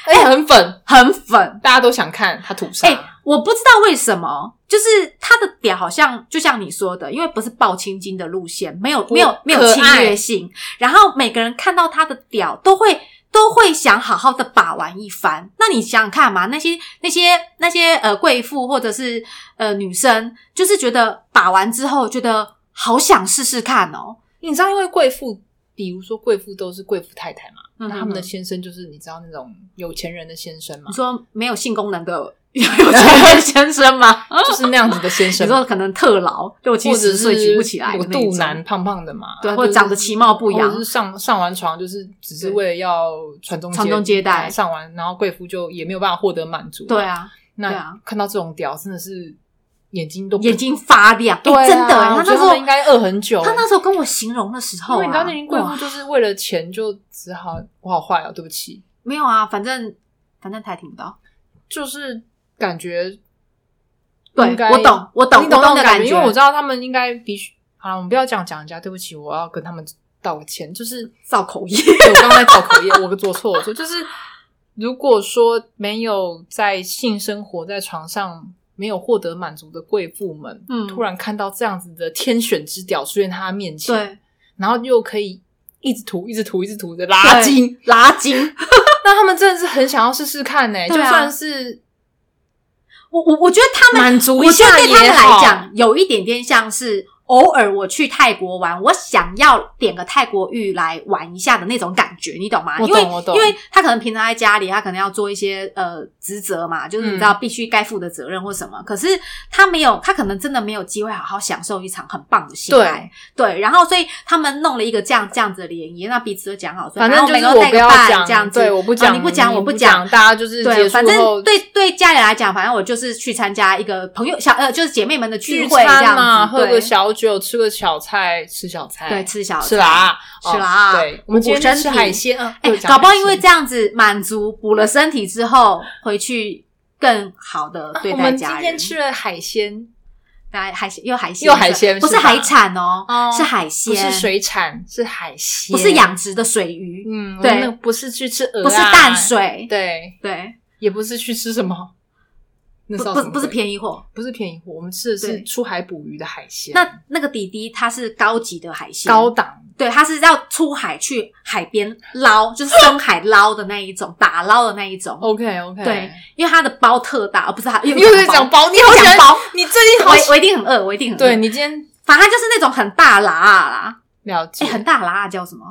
Speaker 2: 而且很粉，
Speaker 1: 很粉。
Speaker 2: 大家都想看它吐沙。
Speaker 1: 哎、我不知道为什么，就是他的屌好像就像你说的，因为不是抱青筋的路线，没有没有没有
Speaker 2: 可
Speaker 1: 侵
Speaker 2: 爱
Speaker 1: 略性，然后每个人看到他的屌都会都会想好好的把玩一番。那你想想看嘛，那些那些那些呃贵妇或者是呃女生，就是觉得把完之后觉得好想试试看哦。
Speaker 2: 你知道，因为贵妇，比如说贵妇都是贵妇太太嘛，
Speaker 1: 那
Speaker 2: 那他们的先生就是你知道那种有钱人的先生嘛
Speaker 1: 你，说没有性功能 的 有钱人 先生吗？
Speaker 2: 就是那样子的先
Speaker 1: 你
Speaker 2: 生嘛，
Speaker 1: 说可能特老六七
Speaker 2: 或者
Speaker 1: 十岁
Speaker 2: 是
Speaker 1: 举不起来的
Speaker 2: 有
Speaker 1: 那种
Speaker 2: 肚腩，胖胖的嘛，
Speaker 1: 对，啊
Speaker 2: 他
Speaker 1: 或者
Speaker 2: 啊就是
Speaker 1: 长得其貌不
Speaker 2: 或
Speaker 1: 扬
Speaker 2: 者是，上上完床就是只是
Speaker 1: 对
Speaker 2: 为了要传宗
Speaker 1: 传宗接代
Speaker 2: 上完然后贵妇就也没有办法获得满足，
Speaker 1: 对，啊，对
Speaker 2: 那
Speaker 1: 啊
Speaker 2: 看到这种屌真的是眼睛都不
Speaker 1: 眼睛发亮，
Speaker 2: 对
Speaker 1: 哎
Speaker 2: 啊，
Speaker 1: 真的，哎他
Speaker 2: 我
Speaker 1: 那
Speaker 2: 觉得
Speaker 1: 时候
Speaker 2: 们应该饿很久，
Speaker 1: 他那时候跟我形容的时候啊，
Speaker 2: 因为你知道那群贵妇
Speaker 1: 哇
Speaker 2: 就是为了钱就只好我好坏哦，对不起，
Speaker 1: 没有啊，反正反正他也听不到。
Speaker 2: 就是感觉
Speaker 1: 对
Speaker 2: 应该
Speaker 1: 我懂我懂
Speaker 2: 你懂
Speaker 1: 我懂的
Speaker 2: 那种感
Speaker 1: 感觉
Speaker 2: 因为我知道他们应该必须。好了，我们不要讲讲人家，对不起，我要跟他们道歉。就是
Speaker 1: 造口业
Speaker 2: 对我刚才造口业，我做错了，说就是如果说没有在性生活在床上没有获得满足的贵妇们，
Speaker 1: 嗯
Speaker 2: 突然看到这样子的天选之屌出现在他面前，，
Speaker 1: 对
Speaker 2: 然后又可以一直涂、一直涂、一直涂的拉筋，
Speaker 1: 拉 筋。
Speaker 2: 那他们真的是很想要试试看呢、就
Speaker 1: 对啊
Speaker 2: 算是
Speaker 1: 我我我觉得他们，
Speaker 2: 满足一
Speaker 1: 我觉
Speaker 2: 下
Speaker 1: 得对他们
Speaker 2: 也
Speaker 1: 来
Speaker 2: 好
Speaker 1: 讲，有一点点像是偶尔我去泰国玩，我想要点个泰国浴来玩一下的那种感觉，你懂吗？
Speaker 2: 我
Speaker 1: 因为
Speaker 2: 懂我懂
Speaker 1: 因为他可能平常在家里，他可能要做一些呃职责嘛，就是你知道
Speaker 2: 嗯
Speaker 1: 必须该负的责任或什么。可是他没有，他可能真的没有机会好好享受一场很棒的性爱
Speaker 2: 对。，
Speaker 1: 对，然后所以他们弄了一个这样这样子的联谊，那彼此都讲好说，
Speaker 2: 反
Speaker 1: 啊
Speaker 2: 正
Speaker 1: 我
Speaker 2: 就
Speaker 1: 每
Speaker 2: 是
Speaker 1: 个都带
Speaker 2: 不
Speaker 1: 个
Speaker 2: 要
Speaker 1: 伴
Speaker 2: 讲，
Speaker 1: 这样子，
Speaker 2: 对，我不讲，
Speaker 1: 哦你不讲，
Speaker 2: 你
Speaker 1: 我
Speaker 2: 不
Speaker 1: 讲。
Speaker 2: 大家就是
Speaker 1: 对，
Speaker 2: 结束
Speaker 1: 反正
Speaker 2: 后
Speaker 1: 对对家人来讲，反正我就是去参加一个朋友小呃，就是姐妹们的聚
Speaker 2: 聚
Speaker 1: 会这
Speaker 2: 餐
Speaker 1: 样
Speaker 2: 嘛，
Speaker 1: 子，
Speaker 2: 喝个
Speaker 1: 对
Speaker 2: 小酒，吃个小菜，吃小菜，
Speaker 1: 对吃小菜
Speaker 2: 吃啦，
Speaker 1: 吃
Speaker 2: 哦
Speaker 1: 啦
Speaker 2: 对，我们今
Speaker 1: 补
Speaker 2: 天
Speaker 1: 身
Speaker 2: 吃
Speaker 1: 体
Speaker 2: 海鲜，嗯，
Speaker 1: 哎
Speaker 2: 又，讲
Speaker 1: 搞不好
Speaker 2: 海
Speaker 1: 因为
Speaker 2: 鲜
Speaker 1: 这样子满足补了身体之后，回去更好的
Speaker 2: 啊
Speaker 1: 对
Speaker 2: 我
Speaker 1: 待
Speaker 2: 们今
Speaker 1: 家人。
Speaker 2: 天吃了海鲜，
Speaker 1: 来海鲜又海鲜
Speaker 2: 又海鲜
Speaker 1: 不
Speaker 2: 是
Speaker 1: 是
Speaker 2: 吧
Speaker 1: 海产哦
Speaker 2: 哦，
Speaker 1: 是海
Speaker 2: 不
Speaker 1: 鲜，
Speaker 2: 是水产，是海鲜，
Speaker 1: 不是，养殖的水鱼，
Speaker 2: 嗯，
Speaker 1: 对
Speaker 2: 我们那个不是去吃鹅，啊
Speaker 1: 不是淡，水，
Speaker 2: 对，
Speaker 1: 对，
Speaker 2: 也不是去吃 什么，那
Speaker 1: 不
Speaker 2: 叫
Speaker 1: 不
Speaker 2: 什么
Speaker 1: 不是
Speaker 2: 鬼
Speaker 1: 便宜货，
Speaker 2: 不是便宜货，我们吃的是
Speaker 1: 对
Speaker 2: 出海捕鱼的海鲜，
Speaker 1: 那那个弟弟他是高级的海鲜，
Speaker 2: 高档
Speaker 1: 对，他是要出海去海边捞，就是深海捞的那一种，打捞的那一种。
Speaker 2: ，OK OK，
Speaker 1: 对，因为他的包特大，而哦不是他又
Speaker 2: 哦又是讲包， 你好
Speaker 1: 又
Speaker 2: 喜欢
Speaker 1: 讲包，
Speaker 2: 你最近好喜，
Speaker 1: 我我一定很饿，我一定很饿。
Speaker 2: 对你今天
Speaker 1: 反正他就是那种很大拉啊啦，
Speaker 2: 了解
Speaker 1: 哎、很大拉啊叫什么？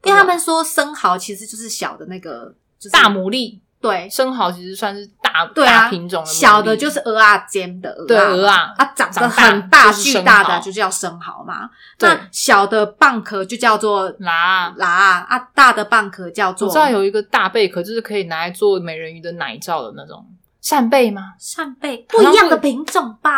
Speaker 2: 不知道
Speaker 1: 因为他们说生蚝其实就是小的那个，就是
Speaker 2: 大牡蛎，
Speaker 1: 对
Speaker 2: 生蚝其实算是大
Speaker 1: 对啊
Speaker 2: 大品种的牡蛎，
Speaker 1: 小的就是鹅啊尖的鹅，
Speaker 2: 对鹅啊
Speaker 1: 啊长得
Speaker 2: 长
Speaker 1: 很大
Speaker 2: 大就是
Speaker 1: 巨
Speaker 2: 生
Speaker 1: 大的
Speaker 2: 蚝
Speaker 1: 就叫生蚝嘛。
Speaker 2: 对
Speaker 1: 那小的蚌壳就叫做
Speaker 2: 啦。
Speaker 1: 啦啊，大的蚌壳叫
Speaker 2: 我
Speaker 1: 做
Speaker 2: 知道有一个大贝壳，就是可以拿来做美人鱼的奶罩的那种扇贝吗？
Speaker 1: 扇贝，
Speaker 2: 好
Speaker 1: 不
Speaker 2: 像
Speaker 1: 一
Speaker 2: 不
Speaker 1: 样的品种吧？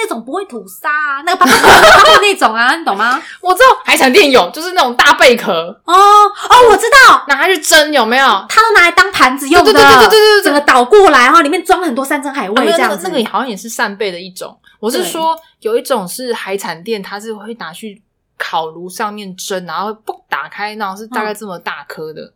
Speaker 1: 那种不会吐沙、啊，那个巴巴巴巴巴那种啊，你懂吗？
Speaker 2: 我知道海产店有，就是那种大贝壳，
Speaker 1: 哦哦，我知道，
Speaker 2: 拿去蒸有没有？啊
Speaker 1: 它都拿来当盘子用的，
Speaker 2: 对对对对对对对对
Speaker 1: 整个倒过来，然后里面装很多山珍海
Speaker 2: 哦没
Speaker 1: 味
Speaker 2: 有
Speaker 1: 这
Speaker 2: 那
Speaker 1: 样
Speaker 2: 个
Speaker 1: 子。
Speaker 2: 那个好像也是扇贝的一种。我是
Speaker 1: 对
Speaker 2: 说有一种是海产店，它是会拿去烤炉上面蒸，然后嘣打开，然后是大概这么大颗的。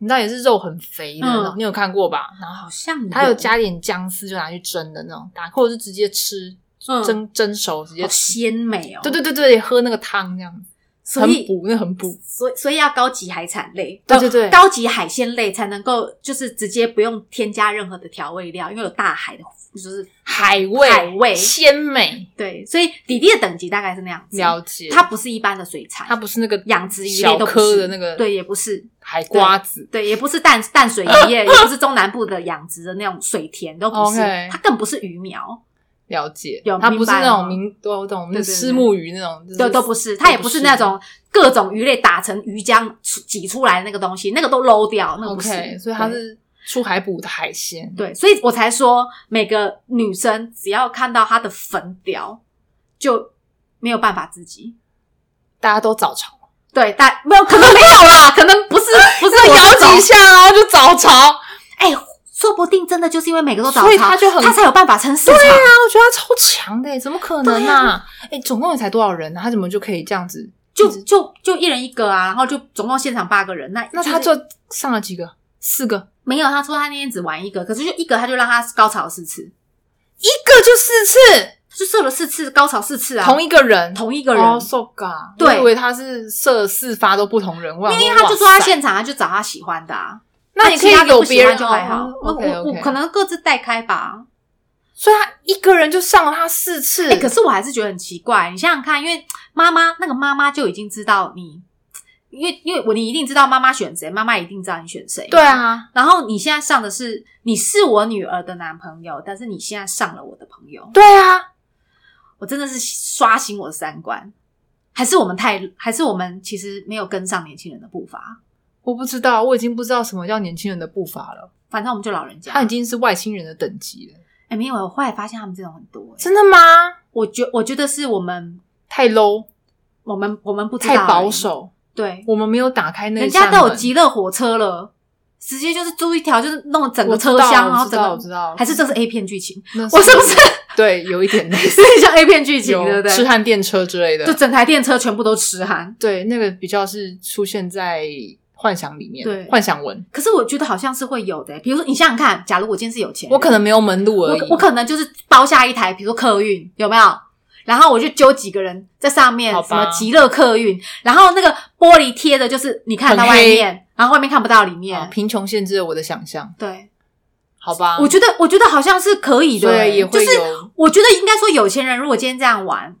Speaker 2: 你知道也是肉很肥的那种，
Speaker 1: 嗯
Speaker 2: 你有看过吧？然后
Speaker 1: 好像
Speaker 2: 它有加点姜丝，就拿去蒸的那种打，或者是直接吃，
Speaker 1: 嗯
Speaker 2: 蒸蒸熟直接
Speaker 1: 好
Speaker 2: 吃。
Speaker 1: 鲜美哦，
Speaker 2: 对对对对，喝那个汤这样子，
Speaker 1: 所
Speaker 2: 很
Speaker 1: 以
Speaker 2: 补，那很补。
Speaker 1: 所以所以要高级海产类，
Speaker 2: 对对对
Speaker 1: 呃高级海鲜类才能够就是直接不用添加任何的调味料，因为有大海的，就是
Speaker 2: 海味，
Speaker 1: 海味
Speaker 2: 鲜美，
Speaker 1: 对，所以底弟的等级大概是那样子。
Speaker 2: 了解。
Speaker 1: 它不是一般的水产，
Speaker 2: 它不是那个
Speaker 1: 养殖鱼类
Speaker 2: 小
Speaker 1: 都不
Speaker 2: 颗
Speaker 1: 是
Speaker 2: 的那个
Speaker 1: 对，也不是，
Speaker 2: 海瓜子，
Speaker 1: 对，也不是淡淡水 渔业，也不是中南部的养殖的那种水田，都不是
Speaker 2: OK
Speaker 1: 它更不是鱼苗，
Speaker 2: 了解
Speaker 1: 有。
Speaker 2: 它不是
Speaker 1: 明白
Speaker 2: 那
Speaker 1: 了
Speaker 2: 种
Speaker 1: 吗
Speaker 2: 明都懂，我
Speaker 1: 对对
Speaker 2: 们
Speaker 1: 对
Speaker 2: 虱目鱼那种，就是
Speaker 1: 都都不是，它也
Speaker 2: 不
Speaker 1: 不是
Speaker 2: 是
Speaker 1: 那种各种鱼类打成鱼浆挤出来的那个东西，那个都漏掉，那个不是
Speaker 2: OK，所以它
Speaker 1: 对
Speaker 2: 是出海捕的海鲜。
Speaker 1: 对，所以我才说每个女生只要看到她的粉雕，就没有办法自己。
Speaker 2: 大家都早潮，
Speaker 1: 对，但没有，可能没有啦，可能不是不是
Speaker 2: 那
Speaker 1: 我
Speaker 2: 摇
Speaker 1: 这种
Speaker 2: 几下哦，就早潮。啊，
Speaker 1: 哎、说不定真的就是因为每个都早
Speaker 2: 所以
Speaker 1: 操
Speaker 2: 他就很
Speaker 1: 他才有办法撑市场。
Speaker 2: 我觉得它超强的耶，欸怎么可能啊？哎，总共也才多少人啊？它怎么就可以这样子？
Speaker 1: 就就就一人一个啊，然后就总共现场八个人，那
Speaker 2: 那
Speaker 1: 是
Speaker 2: 他就上了几个？四个，一
Speaker 1: 没有，他说他那天只玩一个，可是就一个他就让他高潮四次，
Speaker 2: 个就四次，
Speaker 1: 他就射了四次，高潮四次啊，
Speaker 2: 同一个人，
Speaker 1: 同一个人。
Speaker 2: 哦，so ga，
Speaker 1: 对
Speaker 2: 我以为他是射四发都不同人，因
Speaker 1: 因为他就说他现场他就找他喜欢的啊，
Speaker 2: 那你可以
Speaker 1: 其他的
Speaker 2: 有
Speaker 1: 不喜
Speaker 2: 别
Speaker 1: 欢
Speaker 2: 人哦
Speaker 1: 就还好。我
Speaker 2: OK
Speaker 1: 我我可
Speaker 2: OK，
Speaker 1: 能各自带开吧。
Speaker 2: 所以他一个人就上了他四次，
Speaker 1: 哎、可是我还是觉得很奇怪。你想想看，因为妈妈那个妈妈就已经知道你，因为因为我你一定知道妈妈选谁，妈妈一定知道你选谁。
Speaker 2: 对。啊，
Speaker 1: 然后你现在上的是你是我女儿的男朋友，但是你现在上了我的朋友，
Speaker 2: 对啊，
Speaker 1: 我真的是刷新我的三观。还是我们太，还是我们其实没有跟上年轻人的步伐。
Speaker 2: 我不知道，我已经不知道什么叫年轻人的步伐了，
Speaker 1: 反正我们就老人家。
Speaker 2: 他已
Speaker 1: 哎、
Speaker 2: 经是外星人的等级了，
Speaker 1: 没有，我后来发现他们这种很多、欸。
Speaker 2: 真的吗？
Speaker 1: 我觉我觉得是我们
Speaker 2: 太 low，
Speaker 1: 我们我们不知道
Speaker 2: 太
Speaker 1: 而已
Speaker 2: 保，守，
Speaker 1: 对，
Speaker 2: 我们没有打开那
Speaker 1: 人
Speaker 2: 一
Speaker 1: 家
Speaker 2: 扇门，
Speaker 1: 都有极乐火车了，直接就是租一条，就是弄整个车厢，然
Speaker 2: 我
Speaker 1: 后
Speaker 2: 知
Speaker 1: 整
Speaker 2: 道，我
Speaker 1: 个
Speaker 2: 知道，
Speaker 1: 还是这是 A 片剧情，
Speaker 2: 那
Speaker 1: 我是不是
Speaker 2: 对有 一点类
Speaker 1: 是
Speaker 2: 似，
Speaker 1: 很像 A 片剧情，
Speaker 2: 有
Speaker 1: 对不
Speaker 2: 痴
Speaker 1: 对？
Speaker 2: 汉电车之类的，
Speaker 1: 就整台电车全部都痴汉，
Speaker 2: 对，那个比较是出现在幻想里面，
Speaker 1: 对
Speaker 2: 幻想文。
Speaker 1: 可是我觉得好像是会有的、欸比如说你想想看，假如我今天是有钱人，
Speaker 2: 我可能没有门路而已，
Speaker 1: 我我可能就是包下一台，比如说客运，有没有？然后我就揪几个人在上面
Speaker 2: 好，吧
Speaker 1: 什么极乐客运，然后那个玻璃贴的就是你看得到
Speaker 2: 很
Speaker 1: 外
Speaker 2: 黑
Speaker 1: 面，然后外面看不到里面，
Speaker 2: 啊贫穷限制了我的想象，
Speaker 1: 对。
Speaker 2: 好吧？
Speaker 1: 我觉得，我觉得好像是可以的、欸
Speaker 2: 所以也会
Speaker 1: 就
Speaker 2: 有，
Speaker 1: 是我觉得应该说，有钱人如果今天这样玩，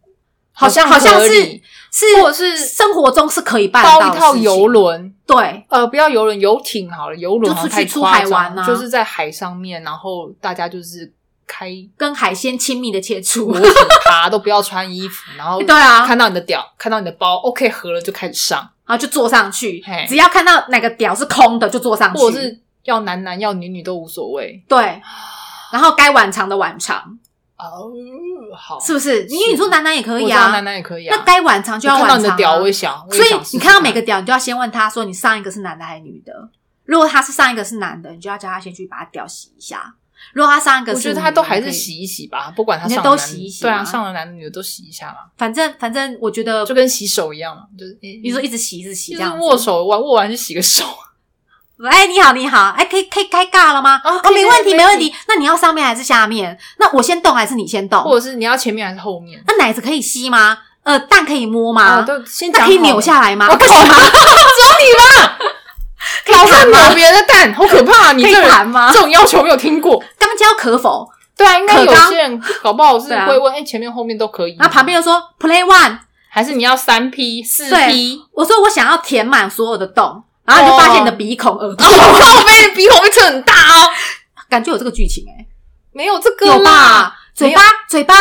Speaker 2: 好像
Speaker 1: 好像
Speaker 2: 合
Speaker 1: 是
Speaker 2: 理
Speaker 1: 是
Speaker 2: 或者是
Speaker 1: 生活中是可以办
Speaker 2: 包
Speaker 1: 到
Speaker 2: 一
Speaker 1: 的
Speaker 2: 套
Speaker 1: 事情
Speaker 2: 游，轮，
Speaker 1: 对
Speaker 2: 呃，不要游轮，游艇好了，游轮好
Speaker 1: 就
Speaker 2: 像
Speaker 1: 出去
Speaker 2: 太
Speaker 1: 出
Speaker 2: 夸
Speaker 1: 海
Speaker 2: 张
Speaker 1: 玩啊
Speaker 2: 就是在海上面，然后大家就是开
Speaker 1: 跟海鲜亲密的接触
Speaker 2: 裸，体爬，都不要穿衣服，然 后
Speaker 1: 对啊，
Speaker 2: 看到你的屌，看到你的包，OK 合了就开始上，
Speaker 1: 然后就坐上去
Speaker 2: 嘿，
Speaker 1: 只要看到哪个屌是空的就坐上去，
Speaker 2: 或者是要男男要女女都无所谓。啊
Speaker 1: 对，然后该晚长的晚长，
Speaker 2: 哦，好，
Speaker 1: 是不是？因为你说男男也可以
Speaker 2: 我知道
Speaker 1: 啊，
Speaker 2: 男男也可以啊。
Speaker 1: 那该晚长就要
Speaker 2: 我
Speaker 1: 晚
Speaker 2: 看
Speaker 1: 长、
Speaker 2: 到
Speaker 1: 啊，
Speaker 2: 你的屌，我也想，我也
Speaker 1: 所以
Speaker 2: 想试试
Speaker 1: 你看到每个屌，你就要先问他说你上一个是男的还是女的。如果他是上一个是男的，你就要叫他先去把他屌洗一下。如果他上一个
Speaker 2: 看，
Speaker 1: 是
Speaker 2: 我觉
Speaker 1: 女
Speaker 2: 得
Speaker 1: 的，
Speaker 2: 他都还
Speaker 1: 你
Speaker 2: 是
Speaker 1: 可以，
Speaker 2: 洗一洗吧，不管他
Speaker 1: 你
Speaker 2: 上
Speaker 1: 都
Speaker 2: 了男
Speaker 1: 洗一洗
Speaker 2: 对啊，
Speaker 1: 吗
Speaker 2: 上了男的女的都洗一下嘛，
Speaker 1: 反正反正我觉得
Speaker 2: 就跟洗手一样嘛，就是诶
Speaker 1: 你说一直洗一直洗
Speaker 2: 就
Speaker 1: 这
Speaker 2: 是
Speaker 1: 样子
Speaker 2: 握。手完握完就洗个手，
Speaker 1: 哎，你好，你好，哎，可以可以开尬了吗？
Speaker 2: 啊
Speaker 1: 哦，
Speaker 2: 可以
Speaker 1: 没问题，
Speaker 2: 没
Speaker 1: 没
Speaker 2: 问
Speaker 1: 问题。那你要上面还是下面？那我先动还是你先动？
Speaker 2: 或者是你要前面还是后面
Speaker 1: 那奶子可以吸吗？呃，蛋可以摸
Speaker 2: 啊？
Speaker 1: 吗？
Speaker 2: 都先
Speaker 1: 那
Speaker 2: 讲
Speaker 1: 可以
Speaker 2: 好
Speaker 1: 扭，下来吗？
Speaker 2: 我靠，
Speaker 1: 可以吗？
Speaker 2: 老是
Speaker 1: 弹吗
Speaker 2: 扭别人的蛋，好可怕！你
Speaker 1: 可以
Speaker 2: 这人
Speaker 1: 弹吗
Speaker 2: 这？种要求没有听过，
Speaker 1: 肛交可否？
Speaker 2: 对啊，应该
Speaker 1: 可
Speaker 2: 有
Speaker 1: 刚
Speaker 2: 些人搞不好是
Speaker 1: 对啊
Speaker 2: 会问，哎，前面后面都可以，
Speaker 1: 然后旁边又说 play one，
Speaker 2: 还是你要三 P 四
Speaker 1: 对
Speaker 2: P，
Speaker 1: 我说我想要填满所有的洞，然后你就发现你的鼻孔、耳朵，
Speaker 2: 后面鼻孔会撑很大哦，
Speaker 1: 感觉有这个剧情哎、
Speaker 2: 没有这个
Speaker 1: 有
Speaker 2: 啦
Speaker 1: 吧？嘴巴，嘴巴，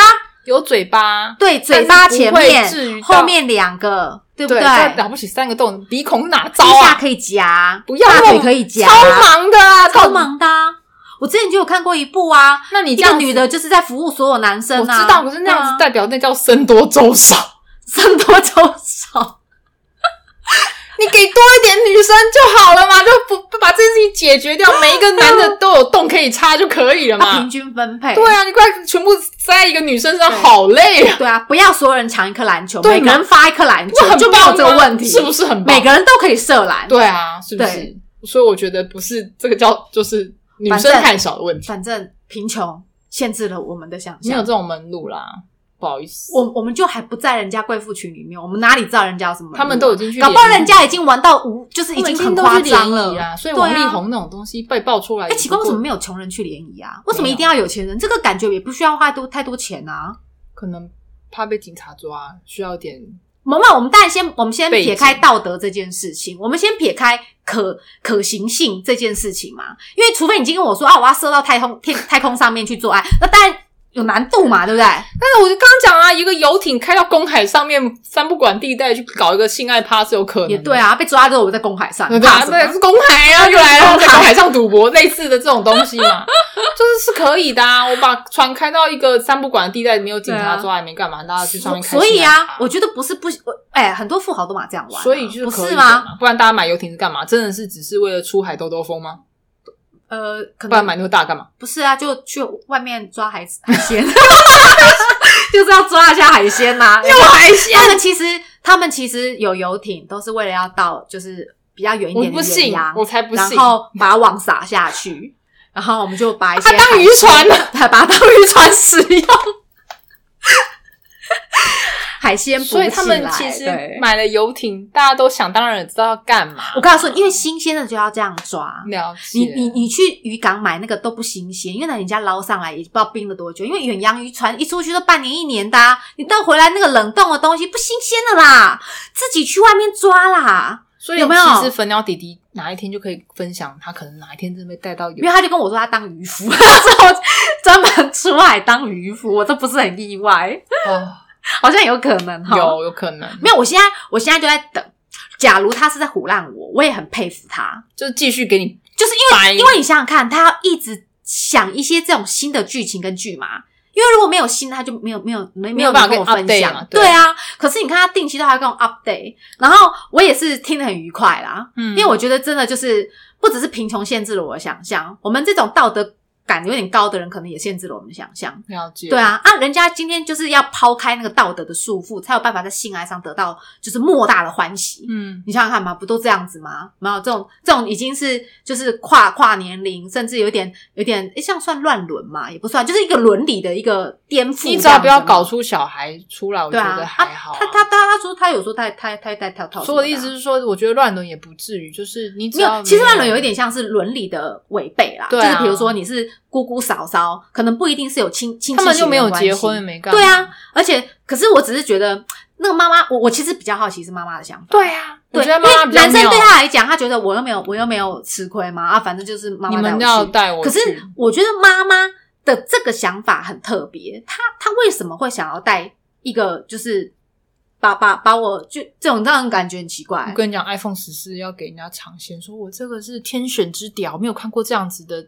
Speaker 2: 有嘴巴，
Speaker 1: 对，
Speaker 2: 但
Speaker 1: 嘴
Speaker 2: 是
Speaker 1: 巴
Speaker 2: 不
Speaker 1: 前
Speaker 2: 会
Speaker 1: 面，
Speaker 2: 至于到
Speaker 1: 后面两个，对不
Speaker 2: 对，
Speaker 1: 对？
Speaker 2: 再了不起三个洞，鼻孔哪
Speaker 1: 地
Speaker 2: 招
Speaker 1: 下
Speaker 2: 啊？
Speaker 1: 可以夹，
Speaker 2: 不要
Speaker 1: 大
Speaker 2: 弄
Speaker 1: 腿可以夹，
Speaker 2: 超忙的啊，
Speaker 1: 超
Speaker 2: 到底。
Speaker 1: 忙的啊、我之前就有看过一部啊，
Speaker 2: 那你
Speaker 1: 一
Speaker 2: 这
Speaker 1: 个
Speaker 2: 样子
Speaker 1: 女，的就是在服务所有男
Speaker 2: 我
Speaker 1: 生啊，
Speaker 2: 知道，可是那样子
Speaker 1: 对啊
Speaker 2: 代表那叫僧多粥少。
Speaker 1: 僧多粥 少，
Speaker 2: 你给多一点女生就好了嘛， 就不不把这件事情解 决掉，每一个男的都有洞可以插就可以了
Speaker 1: 它
Speaker 2: 嘛
Speaker 1: 平。均分配，
Speaker 2: 对啊，你快全部塞在一个女生身上，
Speaker 1: 对
Speaker 2: 好累啊！
Speaker 1: 对啊，不要所有人抢一颗篮球，
Speaker 2: 对嘛
Speaker 1: 每个人发一颗篮
Speaker 2: 这
Speaker 1: 球，
Speaker 2: 很
Speaker 1: 就没
Speaker 2: 棒
Speaker 1: 有
Speaker 2: 啊
Speaker 1: 这个问题，
Speaker 2: 是不是很棒？
Speaker 1: 每个人都可以射篮？
Speaker 2: 对啊，是不是
Speaker 1: 对？
Speaker 2: 所以我觉得不是这个叫就是女
Speaker 1: 反
Speaker 2: 生
Speaker 1: 正
Speaker 2: 太少的问题，
Speaker 1: 反正贫穷限制了我们的想
Speaker 2: 没有
Speaker 1: 象
Speaker 2: 这。种门路啦，不好意思。
Speaker 1: 我我们就还不在人家贵妇群里面，我们哪里知道人家有什么？
Speaker 2: 他们都已经去
Speaker 1: 搞不好
Speaker 2: 联谊
Speaker 1: 人家已经玩到无，就是
Speaker 2: 他们
Speaker 1: 经很
Speaker 2: 都
Speaker 1: 夸
Speaker 2: 去联
Speaker 1: 张
Speaker 2: 谊
Speaker 1: 了
Speaker 2: 啊，所以王力。宏那种东西被爆出来
Speaker 1: 哎、
Speaker 2: 也
Speaker 1: 诶
Speaker 2: 不
Speaker 1: 奇怪，为
Speaker 2: 过
Speaker 1: 什么没有穷人去联谊啊？为什么一定要有钱人？这个感觉也不需要花多太多钱啊。
Speaker 2: 可能怕被警察抓，需要点
Speaker 1: 萌萌，我们当然先，我们先
Speaker 2: 背景
Speaker 1: 撇开道德这件事情，我们先撇开可可行性这件事情嘛。因为除非你今天跟我说啊，我要射到太空天太空上面去做爱，那当然有难度嘛，对不对？
Speaker 2: 但是我就刚刚讲啊，一个游艇开到公海上面三不管地带去搞一个性爱趴是有可能的，
Speaker 1: 也对啊，被抓之后我在公海上，
Speaker 2: 对
Speaker 1: 你
Speaker 2: 吧
Speaker 1: 怕？什么
Speaker 2: 那是公海啊，又来了，
Speaker 1: 公海
Speaker 2: 在公海上赌博类似的这种东西嘛， 就是是可以的啊。我把船开到一个三不管的地带，没有警察
Speaker 1: 对啊
Speaker 2: 抓，也没干嘛，大家去上面开心。
Speaker 1: 所以啊，我觉得不是不，我哎、很多富豪都嘛这样玩啊、
Speaker 2: 所以就是
Speaker 1: 不
Speaker 2: 可以
Speaker 1: 是
Speaker 2: 的
Speaker 1: 吗？
Speaker 2: 嘛？不然大家买游艇是干嘛？真的是只是为了出海兜兜风吗？
Speaker 1: 呃，可
Speaker 2: 不然买
Speaker 1: 能
Speaker 2: 那么大 干嘛？
Speaker 1: 不是啊，就去外面抓海海鲜， 就是要抓一下海鲜啊 呐、有海鲜，他们其实他们其实有游艇，都是为了要到就是比较远一
Speaker 2: 我
Speaker 1: 点
Speaker 2: 不
Speaker 1: 的远
Speaker 2: 信，
Speaker 1: 洋，
Speaker 2: 我才不
Speaker 1: 然
Speaker 2: 信。
Speaker 1: 后把网撒下去， 然后我们就把一些
Speaker 2: 啊它当渔船了，
Speaker 1: 还把它当渔船使用。海鲜补起
Speaker 2: 所
Speaker 1: 来。
Speaker 2: 以他们其实
Speaker 1: 对
Speaker 2: 买了游艇，大家都想当然知道要干嘛。
Speaker 1: 我告诉你，因为新鲜的就要这样抓。
Speaker 2: 了
Speaker 1: 啊
Speaker 2: 解，
Speaker 1: 你你你去渔港买那个都不新鲜，因为那人家捞上来也不知道冰了多久。因为远洋渔船一出去都半年一年的、啊，你到回来那个冷冻的东西不新鲜的啦，自己去外面抓啦。
Speaker 2: 所以
Speaker 1: 有没有
Speaker 2: 其实粉鸟弟弟哪一天就可以分享，他可能哪一天真的被带到
Speaker 1: 因
Speaker 2: 游
Speaker 1: 为他就跟我说他当渔夫，他说专门出海当渔夫，我都不是很意外，
Speaker 2: 哦，
Speaker 1: 好像有可能哈。
Speaker 2: 有有可能，
Speaker 1: 没有？我现在我现在就在等。假如他是在唬烂我，我也很佩服他，
Speaker 2: 就是继续给你
Speaker 1: 就是因
Speaker 2: 掰
Speaker 1: 为因为你想想看，他要一直想一些这种新的剧情跟剧嘛。因为如果没有新的，他就没有没有没
Speaker 2: 没
Speaker 1: 没
Speaker 2: 有
Speaker 1: 有
Speaker 2: 办法
Speaker 1: 人跟我分
Speaker 2: 跟你 update
Speaker 1: 享
Speaker 2: 嘛对
Speaker 1: 对啊。可是你看他定期都还跟我 update，然后我也是听得很愉快啦，
Speaker 2: 嗯
Speaker 1: 因为我觉得真的就是不只是贫穷限制了我的想象，我们这种道德感有点高的人，可能也限制了我们的想象。
Speaker 2: 嗯了解，
Speaker 1: 对，啊，啊，人家今天就是要抛开那个道德的束缚，才有办法在性爱上得到就是莫大的欢喜。
Speaker 2: 嗯，
Speaker 1: 你想想看嘛，不都这样子吗？没有这种这种已经是就是跨跨年龄，甚至有点有点，诶，这样算乱伦嘛？也不算，就是一个伦理的一个颠覆。
Speaker 2: 你只要不要搞，出小孩出来，我
Speaker 1: 对
Speaker 2: 觉
Speaker 1: 啊
Speaker 2: 得，
Speaker 1: 啊
Speaker 2: 还好啊。
Speaker 1: 他他他他说他有说他他他带跳跳，啊
Speaker 2: 所以我的意思。是说，我觉得乱伦也不至于，就是你只
Speaker 1: 没
Speaker 2: 要
Speaker 1: 有，其实乱伦有一点像是伦理的违背啦，
Speaker 2: 对啊
Speaker 1: 就是比如说你是姑姑嫂嫂，可能不一定是有亲亲戚
Speaker 2: 他们
Speaker 1: 血
Speaker 2: 就
Speaker 1: 缘
Speaker 2: 没有
Speaker 1: 关
Speaker 2: 结
Speaker 1: 系
Speaker 2: 婚，也没干嘛，
Speaker 1: 对啊，而且可是我只是觉得那个妈妈，我我其实比较好奇是妈妈的想法。
Speaker 2: 对啊，我
Speaker 1: 对，
Speaker 2: 觉得
Speaker 1: 因
Speaker 2: 妈妈
Speaker 1: 为
Speaker 2: 比较
Speaker 1: 男生
Speaker 2: 妙
Speaker 1: 对他来讲，他觉得我又没有我又没有吃亏嘛，啊，反正就是妈
Speaker 2: 你
Speaker 1: 妈带
Speaker 2: 们
Speaker 1: 我
Speaker 2: 要
Speaker 1: 去
Speaker 2: 带我
Speaker 1: 可
Speaker 2: 去，
Speaker 1: 是我觉得妈妈的这个想法很特别，她她为什么会想要带一个就是把把把我就这种让人感觉很奇怪
Speaker 2: 我。跟你讲，iPhone 十四要给人家尝鲜，说我这个是天选之屌，没有看过这样子的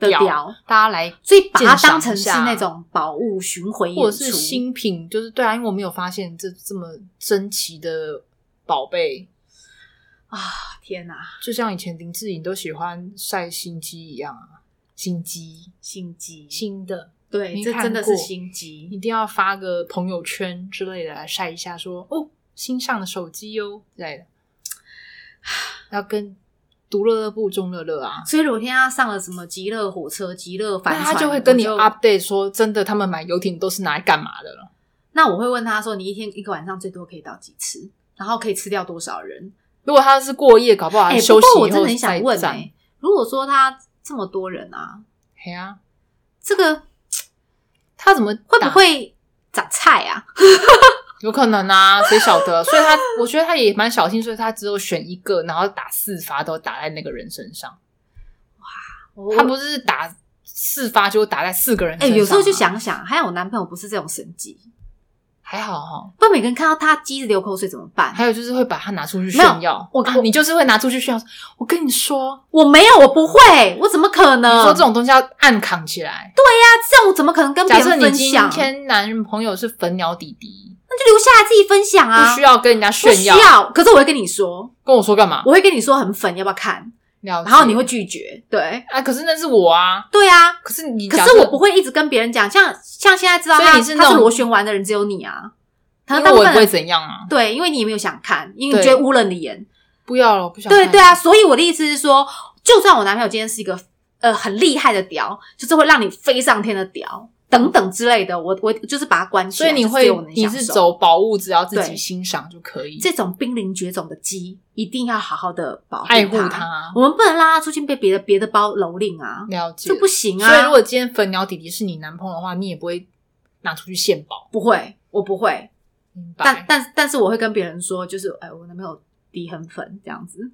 Speaker 1: 的屌，
Speaker 2: 大家来
Speaker 1: 所以把它
Speaker 2: 鉴赏
Speaker 1: 当成
Speaker 2: 一
Speaker 1: 是
Speaker 2: 下
Speaker 1: 那种宝物巡回演出，
Speaker 2: 或者是新品，就是对啊，因为我没有发现这这么珍奇的宝贝，
Speaker 1: 啊！天哪、
Speaker 2: 就像以前林志颖都喜欢晒新机一样啊，新机
Speaker 1: 心机，
Speaker 2: 新的
Speaker 1: 对，
Speaker 2: 没
Speaker 1: 这
Speaker 2: 看
Speaker 1: 真的是
Speaker 2: 过
Speaker 1: 心机。
Speaker 2: 一定要发个朋友圈之类的来晒一下说，哦新上的手机哟、之类的， 要跟独乐乐部中乐乐啊。
Speaker 1: 所以如果今天他上了什么极乐火车、极乐帆
Speaker 2: 那
Speaker 1: 船，
Speaker 2: 他就会跟你
Speaker 1: 我
Speaker 2: update 说，真的，他们买游艇都是拿来干嘛的了？
Speaker 1: 那我会问他说：“你一天一个晚上最多可以到几次？然后可以吃掉多少人
Speaker 2: 如果他是过夜，搞不？”好
Speaker 1: 哎、
Speaker 2: 他
Speaker 1: 不
Speaker 2: 啊休息
Speaker 1: 过我
Speaker 2: 以
Speaker 1: 真
Speaker 2: 后
Speaker 1: 的很想
Speaker 2: 再
Speaker 1: 问哎、
Speaker 2: 站。
Speaker 1: 如果说他这么多人啊，
Speaker 2: 嘿啊，
Speaker 1: 这个
Speaker 2: 他怎么
Speaker 1: 会
Speaker 2: 打
Speaker 1: 不会长菜啊？
Speaker 2: 有可能啊，谁晓得？ 所以他，我觉得他也蛮小心，所以他只有选一个，然后打四发都打在那个人身上。
Speaker 1: 我
Speaker 2: 他不是打四发，就打在四个人
Speaker 1: 哎、
Speaker 2: 身上、啊
Speaker 1: 有时候就，想想，还好我男朋友不是这种神机，
Speaker 2: 还好哈。
Speaker 1: 不然每个人看到他鸡子流口水怎么办？
Speaker 2: 还有就是会把它拿出去
Speaker 1: 没有
Speaker 2: 炫耀，
Speaker 1: 我
Speaker 2: 啊
Speaker 1: 我
Speaker 2: 你就是会拿出去炫耀。我跟你说，
Speaker 1: 我没有，我不会，我怎么可
Speaker 2: 你
Speaker 1: 能？
Speaker 2: 说这种东西要暗扛起来。
Speaker 1: 那这种怎么可能跟别
Speaker 2: 假
Speaker 1: 人
Speaker 2: 设你
Speaker 1: 分
Speaker 2: 今
Speaker 1: 享？
Speaker 2: 天男朋友是粉鸟弟弟，
Speaker 1: 那就留下来自己分享啊，
Speaker 2: 不需要跟人家
Speaker 1: 不
Speaker 2: 炫
Speaker 1: 需
Speaker 2: 耀，
Speaker 1: 要。可是我会跟你说，
Speaker 2: 跟我说干嘛？
Speaker 1: 我会跟你说很粉，要不要看？
Speaker 2: 了解
Speaker 1: 然后你会拒绝，对
Speaker 2: 啊？可是那是我啊，
Speaker 1: 对啊，
Speaker 2: 可是你
Speaker 1: 可
Speaker 2: 假设，
Speaker 1: 是我不会一直跟别人讲，像像现在知道
Speaker 2: 所以
Speaker 1: 他
Speaker 2: 你是那
Speaker 1: 他是
Speaker 2: 种
Speaker 1: 螺旋丸的人只有你啊，可能
Speaker 2: 因
Speaker 1: 大
Speaker 2: 为
Speaker 1: 部
Speaker 2: 我也
Speaker 1: 分
Speaker 2: 不会
Speaker 1: 人
Speaker 2: 怎样啊。
Speaker 1: 对，因为你也没有想看，因为你
Speaker 2: 对
Speaker 1: 觉得污了你的眼。
Speaker 2: 不要了，我不想看。
Speaker 1: 对对啊，所以我的意思是说，就算我男朋友今天是一个呃很厉害的屌，就是会让你飞上天的屌等等之类的，我我就是把它关起
Speaker 2: 所
Speaker 1: 来，
Speaker 2: 以你
Speaker 1: 就只
Speaker 2: 会
Speaker 1: 有我能
Speaker 2: 你
Speaker 1: 享
Speaker 2: 是
Speaker 1: 受
Speaker 2: 走宝物，只要自己
Speaker 1: 对
Speaker 2: 欣赏就可以，
Speaker 1: 这种濒临绝种的鸡，一定要好好的保护
Speaker 2: 爱护
Speaker 1: 它，
Speaker 2: 它。
Speaker 1: 我们不能让它出去被别的别的包蹂躏啊，
Speaker 2: 了解
Speaker 1: 这不行啊。
Speaker 2: 所以如果今天粉鸟弟弟是你男朋友的话，你也不会拿出去献宝，
Speaker 1: 不会，我不会，
Speaker 2: 明
Speaker 1: 但
Speaker 2: 白？
Speaker 1: 但但是我会跟别人说，就是哎，我男朋友低很粉这样子。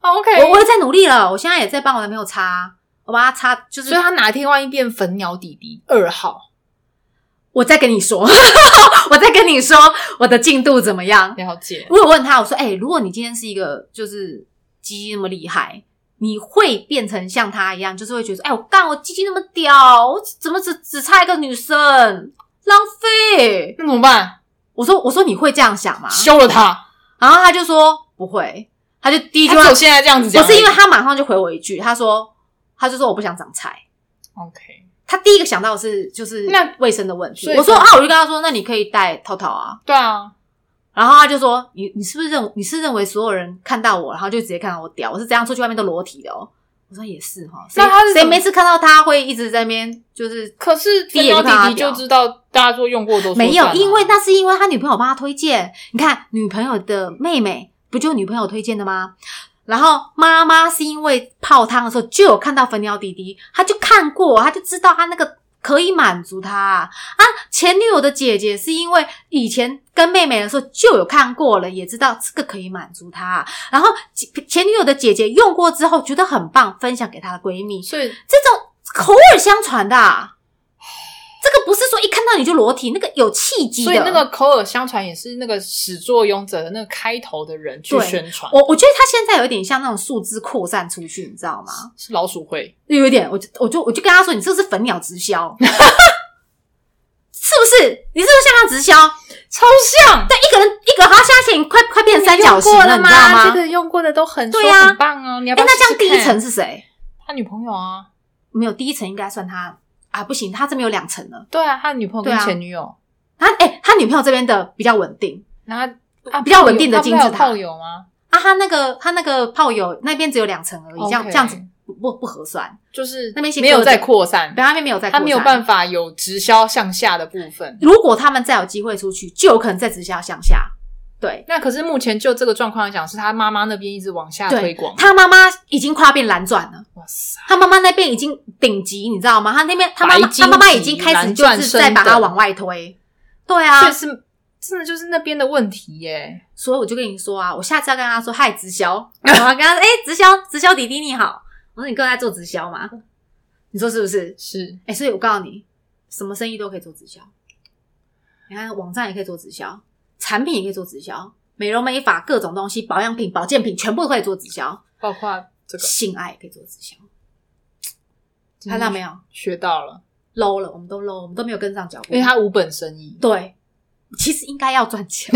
Speaker 2: 哦 OK，
Speaker 1: 我我也在努力了，我现在也在帮我男朋友擦，我帮他擦，就是
Speaker 2: 所以他哪天万一变粉鸟弟弟二号，
Speaker 1: 我在跟你说， 我在跟你说我的进度怎么样。
Speaker 2: 了解
Speaker 1: 我有问他，我说，哎、如果你今天是一个就是鸡鸡那么厉害，你会变成像他一样，就是会觉得，哎、我干，我鸡鸡那么屌，我怎么只只差一个女生，浪费。
Speaker 2: 那怎么办？
Speaker 1: 我说，我说你会这样想吗？
Speaker 2: 休了他，
Speaker 1: 然后他就说不会，他就第一句
Speaker 2: 他只
Speaker 1: 话
Speaker 2: 有现在这样子讲
Speaker 1: 我
Speaker 2: 而已。
Speaker 1: 是因为他马上就回我一句，他说，他就说我不想长菜。
Speaker 2: OK，
Speaker 1: 他第一个想到的是就是
Speaker 2: 那
Speaker 1: 卫生的问题
Speaker 2: 所。以
Speaker 1: 我说
Speaker 2: 说
Speaker 1: 啊，我就跟他说，那你可以戴套套啊。
Speaker 2: 对啊，
Speaker 1: 然后他就说，你你是不是认你是认为所有人看到我，然后就直接看到我屌？我是这样出去外面都裸体的哦。我说也是哈，谁哦
Speaker 2: 那他是怎
Speaker 1: 谁
Speaker 2: 么
Speaker 1: 每次看到他会一直在那边就是
Speaker 2: 可是
Speaker 1: 第
Speaker 2: 粉
Speaker 1: 一眼就
Speaker 2: 鸟弟
Speaker 1: 看他
Speaker 2: 弟就
Speaker 1: 屌
Speaker 2: 知道大家说用过都说
Speaker 1: 没
Speaker 2: 赞
Speaker 1: 有，
Speaker 2: 啊
Speaker 1: 因为那是因为他女朋友帮他推荐。你看，女朋友的妹妹不就女朋友推荐的吗？然后妈妈是因为泡汤的时候就有看到粉鸟弟弟，她就看过，她就知道他那个可以满足她啊。前女友的姐姐是因为以前跟妹妹的时候就有看过了，也知道这个可以满足她。然后前前女友的姐姐用过之后觉得很棒，分享给她的闺蜜，
Speaker 2: 所以
Speaker 1: 这种口耳相传的、啊，这个不是说一看到你就裸体，那个有契机的。
Speaker 2: 所以那个口耳相传也是那个始作俑者的那个开头的人去
Speaker 1: 对
Speaker 2: 宣传，
Speaker 1: 我我觉得他现在有一点像那种树枝扩散出去，你知道吗？
Speaker 2: 是老鼠会。
Speaker 1: 有一点，我就我就我就跟他说，你这是粉鸟直销， 是不是？你是不是向他直销？
Speaker 2: 超像，
Speaker 1: 但一个人一个他现在已经快快变成三角形
Speaker 2: 过
Speaker 1: 了，
Speaker 2: 了
Speaker 1: 你知道吗？
Speaker 2: 这个用过的都很
Speaker 1: 对
Speaker 2: 说
Speaker 1: 啊
Speaker 2: 很棒哦。你要
Speaker 1: 哎、
Speaker 2: 不要
Speaker 1: 那这
Speaker 2: 试
Speaker 1: 样
Speaker 2: 试
Speaker 1: 第一
Speaker 2: 看
Speaker 1: 层是谁？
Speaker 2: 他女朋友啊，
Speaker 1: 没有，第一层应该算他啊，不行，他这边有两层了。
Speaker 2: 对啊，他女朋友跟
Speaker 1: 对啊
Speaker 2: 前女友，
Speaker 1: 他哎、他女朋友这边的比较稳定
Speaker 2: 然后啊
Speaker 1: 比较稳定的金字塔
Speaker 2: 炮友吗？
Speaker 1: 啊，他那个他那个炮友那边只有两层而已，这样
Speaker 2: OK
Speaker 1: 这样子不不不合算。
Speaker 2: 就是
Speaker 1: 那边先
Speaker 2: 没有
Speaker 1: 搁着
Speaker 2: 在扩散，
Speaker 1: 北那边没有在，
Speaker 2: 他没有办。法有直销向下的部分。
Speaker 1: 如果他们再有机会出去，就有可能再直销向下。对，
Speaker 2: 那可是目前就这个状况来讲，是他妈妈那边一直往下
Speaker 1: 对
Speaker 2: 推广。
Speaker 1: 他妈妈已经跨变蓝钻了，
Speaker 2: 哇塞，
Speaker 1: 他妈妈那边已经顶级，你知道吗？他那边他妈
Speaker 2: 白
Speaker 1: 妈
Speaker 2: 金级
Speaker 1: 他妈妈已经开始
Speaker 2: 蓝
Speaker 1: 就
Speaker 2: 钻
Speaker 1: 是在把
Speaker 2: 升
Speaker 1: 他
Speaker 2: 等
Speaker 1: 往外推。对
Speaker 2: 这
Speaker 1: 啊，
Speaker 2: 是真的就是那边的问题耶。
Speaker 1: 所以我就跟你说啊，我下次要跟他说嗨直销，我要跟他说哎、直销直销弟弟你好，我说你哥在做直销吗？你说是不是？
Speaker 2: 是
Speaker 1: 哎、所以我告诉你，什么生意都可以做直销。你看，网站也可以做直销，产品也可以做直销，美容美发各种东西，保养品、保健品全部都可以做直销，
Speaker 2: 包括这个，
Speaker 1: 性爱也可以做直销。看到没有
Speaker 2: 学到了，
Speaker 1: ？low 了，我们都 low，我们都没有跟上脚步。嗯
Speaker 2: 因为他无本生意。
Speaker 1: 对，其实应该要赚钱。